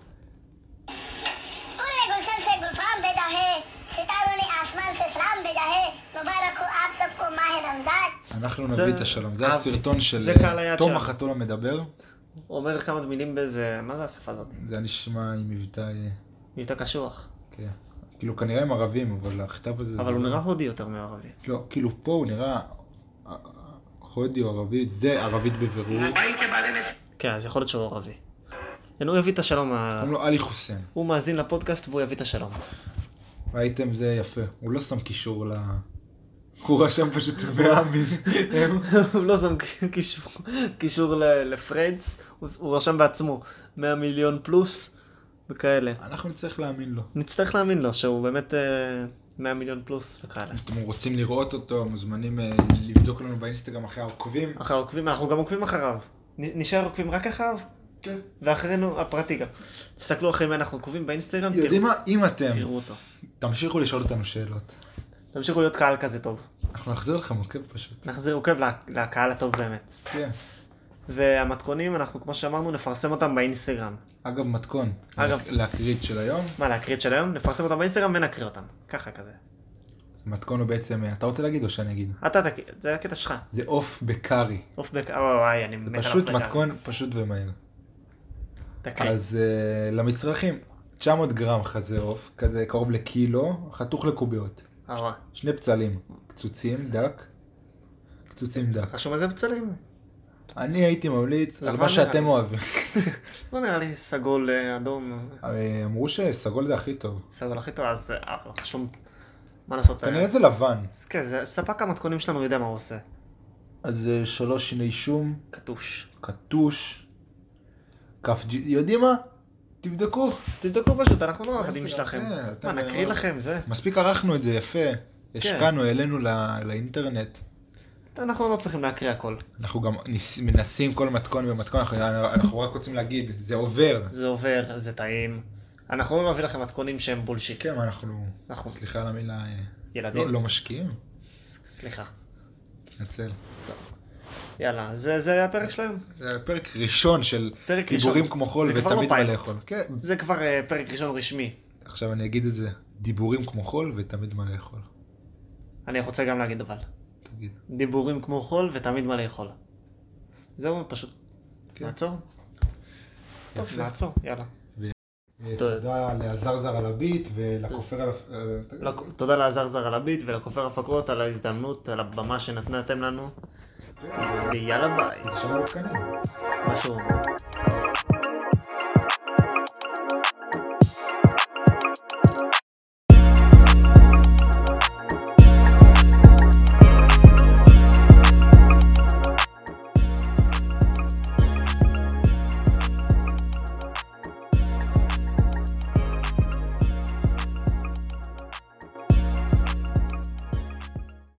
[SPEAKER 4] उनले गुलशन से गुलफाम भेजा है सितारों ने आसमान से सलाम भेजा है मुबारक हो आप सबको माह रमजान
[SPEAKER 2] אנחנו
[SPEAKER 1] זה-
[SPEAKER 2] נביא את השלום. זה
[SPEAKER 1] אהבתי.
[SPEAKER 2] הסרטון של
[SPEAKER 1] זה
[SPEAKER 2] אה,
[SPEAKER 1] קהל היעד
[SPEAKER 2] תום
[SPEAKER 1] שלנו.
[SPEAKER 2] החתול המדבר.
[SPEAKER 1] אומר כמה מילים באיזה... מה זה השפה הזאת?
[SPEAKER 2] זה היה נשמע עם מבטא... אה,
[SPEAKER 1] מבטא קשוח.
[SPEAKER 2] כן. כאילו כנראה הם ערבים, אבל הכתב הזה...
[SPEAKER 1] אבל הוא נראה הודי יותר מערבי.
[SPEAKER 2] לא, כאילו פה הוא נראה אה, הודי או ערבית, זה ערבית בבירור.
[SPEAKER 1] כן, אז יכול להיות שהוא ערבי. כן, הוא יביא את השלום, ה-
[SPEAKER 2] קוראים לו עלי חוסיין.
[SPEAKER 1] הוא מאזין לפודקאסט והוא יביא את השלום.
[SPEAKER 2] ראיתם זה יפה. הוא לא שם קישור ל... הוא רשם פשוט 100 מ... הם-
[SPEAKER 1] הוא לא שם קישור- קישור ל- לפרנץ, הוא- הוא רשם בעצמו 100 מיליון פלוס וכאלה.
[SPEAKER 2] אנחנו נצטרך להאמין לו.
[SPEAKER 1] נצטרך להאמין לו שהוא באמת אה, 100 מיליון פלוס וכאלה.
[SPEAKER 2] אתם רוצים לראות אותו, מוזמנים אה, לבדוק לנו באינסטגרם אחרי העוקבים.
[SPEAKER 1] אחרי העוקבים, אנחנו גם עוקבים אחריו. נ- נשאר עוקבים רק אחריו?
[SPEAKER 2] כן.
[SPEAKER 1] ואחרינו הפרטי גם. תסתכלו אחרי מי אנחנו עוקבים באינסטגרם,
[SPEAKER 2] יודעים
[SPEAKER 1] תראו-
[SPEAKER 2] מה? אם אתם
[SPEAKER 1] תראו אותו.
[SPEAKER 2] תמשיכו לשאול אותנו שאלות.
[SPEAKER 1] תמשיכו להיות קהל כזה טוב.
[SPEAKER 2] אנחנו נחזיר לכם עוקב פשוט.
[SPEAKER 1] נחזיר עוקב לה- לקהל הטוב באמת.
[SPEAKER 2] כן.
[SPEAKER 1] והמתכונים, אנחנו כמו שאמרנו, נפרסם אותם באינסטגרם.
[SPEAKER 2] אגב, מתכון.
[SPEAKER 1] אגב.
[SPEAKER 2] להקריא את של היום.
[SPEAKER 1] מה, להקריא את של היום? נפרסם אותם באינסטגרם ונקריא אותם. ככה כזה.
[SPEAKER 2] מתכון הוא בעצם, אה, אתה רוצה להגיד או שאני אגיד?
[SPEAKER 1] אתה תקריא, זה הקטע שלך.
[SPEAKER 2] זה עוף בקארי.
[SPEAKER 1] עוף בק... אוי, וואי, אני
[SPEAKER 2] זה
[SPEAKER 1] מת על
[SPEAKER 2] פשוט
[SPEAKER 1] עוף בקר.
[SPEAKER 2] מתכון פשוט ומהיר.
[SPEAKER 1] תקריא.
[SPEAKER 2] אז אה, למצרכים, 900 גרם חזה עוף, כזה קרוב לקילו, חתוך לקוביות.
[SPEAKER 1] אה, וואי.
[SPEAKER 2] שני בצלים, קצוצים דק. קצוצים דק.
[SPEAKER 1] רשום איזה בצלים?
[SPEAKER 2] אני הייתי ממליץ על
[SPEAKER 1] לבן
[SPEAKER 2] מה
[SPEAKER 1] נראה
[SPEAKER 2] שאתם
[SPEAKER 1] לי.
[SPEAKER 2] אוהבים.
[SPEAKER 1] לא נראה לי סגול, אה, אדום,
[SPEAKER 2] אה, אמרו שסגול זה הכי טוב.
[SPEAKER 1] סגול הכי טוב, אז אה, רשום... מה לעשות? אה,
[SPEAKER 2] כנראה זה לבן.
[SPEAKER 1] אז כן, זה- ספק המתכונים שלנו יודע מה הוא עושה.
[SPEAKER 2] אז אה, שלוש שיני שום,
[SPEAKER 1] קטוש.
[SPEAKER 2] קטוש, כף ג'י... יודעים מה? תבדקו.
[SPEAKER 1] תבדקו פשוט, אנחנו לא עבדים
[SPEAKER 2] באינסטגרם,
[SPEAKER 1] שלכם.
[SPEAKER 2] כן, אתם
[SPEAKER 1] מה, נקריא
[SPEAKER 2] מאוד-
[SPEAKER 1] לכם, זה?
[SPEAKER 2] מספיק ערכנו את זה יפה.
[SPEAKER 1] כן.
[SPEAKER 2] השקענו, העלינו לא- לאינטרנט.
[SPEAKER 1] אנחנו לא צריכים להקריא הכל.
[SPEAKER 2] אנחנו גם ניס- מנסים כל מתכון ומתכון, אנחנו- אנחנו רק רוצים להגיד, זה עובר.
[SPEAKER 1] זה עובר, זה טעים. אנחנו לא נביא לכם מתכונים שהם בולשיט.
[SPEAKER 2] כן, מה, אנחנו...
[SPEAKER 1] אנחנו
[SPEAKER 2] סליחה על המילה... אה,
[SPEAKER 1] ילדים.
[SPEAKER 2] לא לא משקיעים?
[SPEAKER 1] סליחה.
[SPEAKER 2] מתנצל.
[SPEAKER 1] יאללה, זה זה היה הפרק של היום.
[SPEAKER 2] זה פרק ראשון של
[SPEAKER 1] פרק
[SPEAKER 2] דיבורים
[SPEAKER 1] ראשון.
[SPEAKER 2] כמו חול
[SPEAKER 1] זה כבר לא
[SPEAKER 2] ותמיד מה
[SPEAKER 1] פיילוט.
[SPEAKER 2] לאכול. כן,
[SPEAKER 1] זה כבר אה, פרק ראשון רשמי.
[SPEAKER 2] עכשיו אני אגיד את זה, דיבורים כמו חול ותמיד מה לאכול.
[SPEAKER 1] אני רוצה גם להגיד אבל.
[SPEAKER 2] תגיד.
[SPEAKER 1] דיבורים כמו חול ותמיד מה לאכול. זהו, פשוט
[SPEAKER 2] כן.
[SPEAKER 1] נעצור. טוב,
[SPEAKER 2] יפה.
[SPEAKER 1] נעצור, יאללה.
[SPEAKER 2] אה,
[SPEAKER 1] תודה.
[SPEAKER 2] תודה לעזרזר על הביט ולכופר על... ה- אה, תגיד.
[SPEAKER 1] לק- תודה לעזרזר על הביט ולכופר הפקות על ההזדמנות, על הבמה שנתנתם לנו.
[SPEAKER 2] כן,
[SPEAKER 1] ויאללה ביי.
[SPEAKER 2] נשארנו תקנים.
[SPEAKER 1] משהו.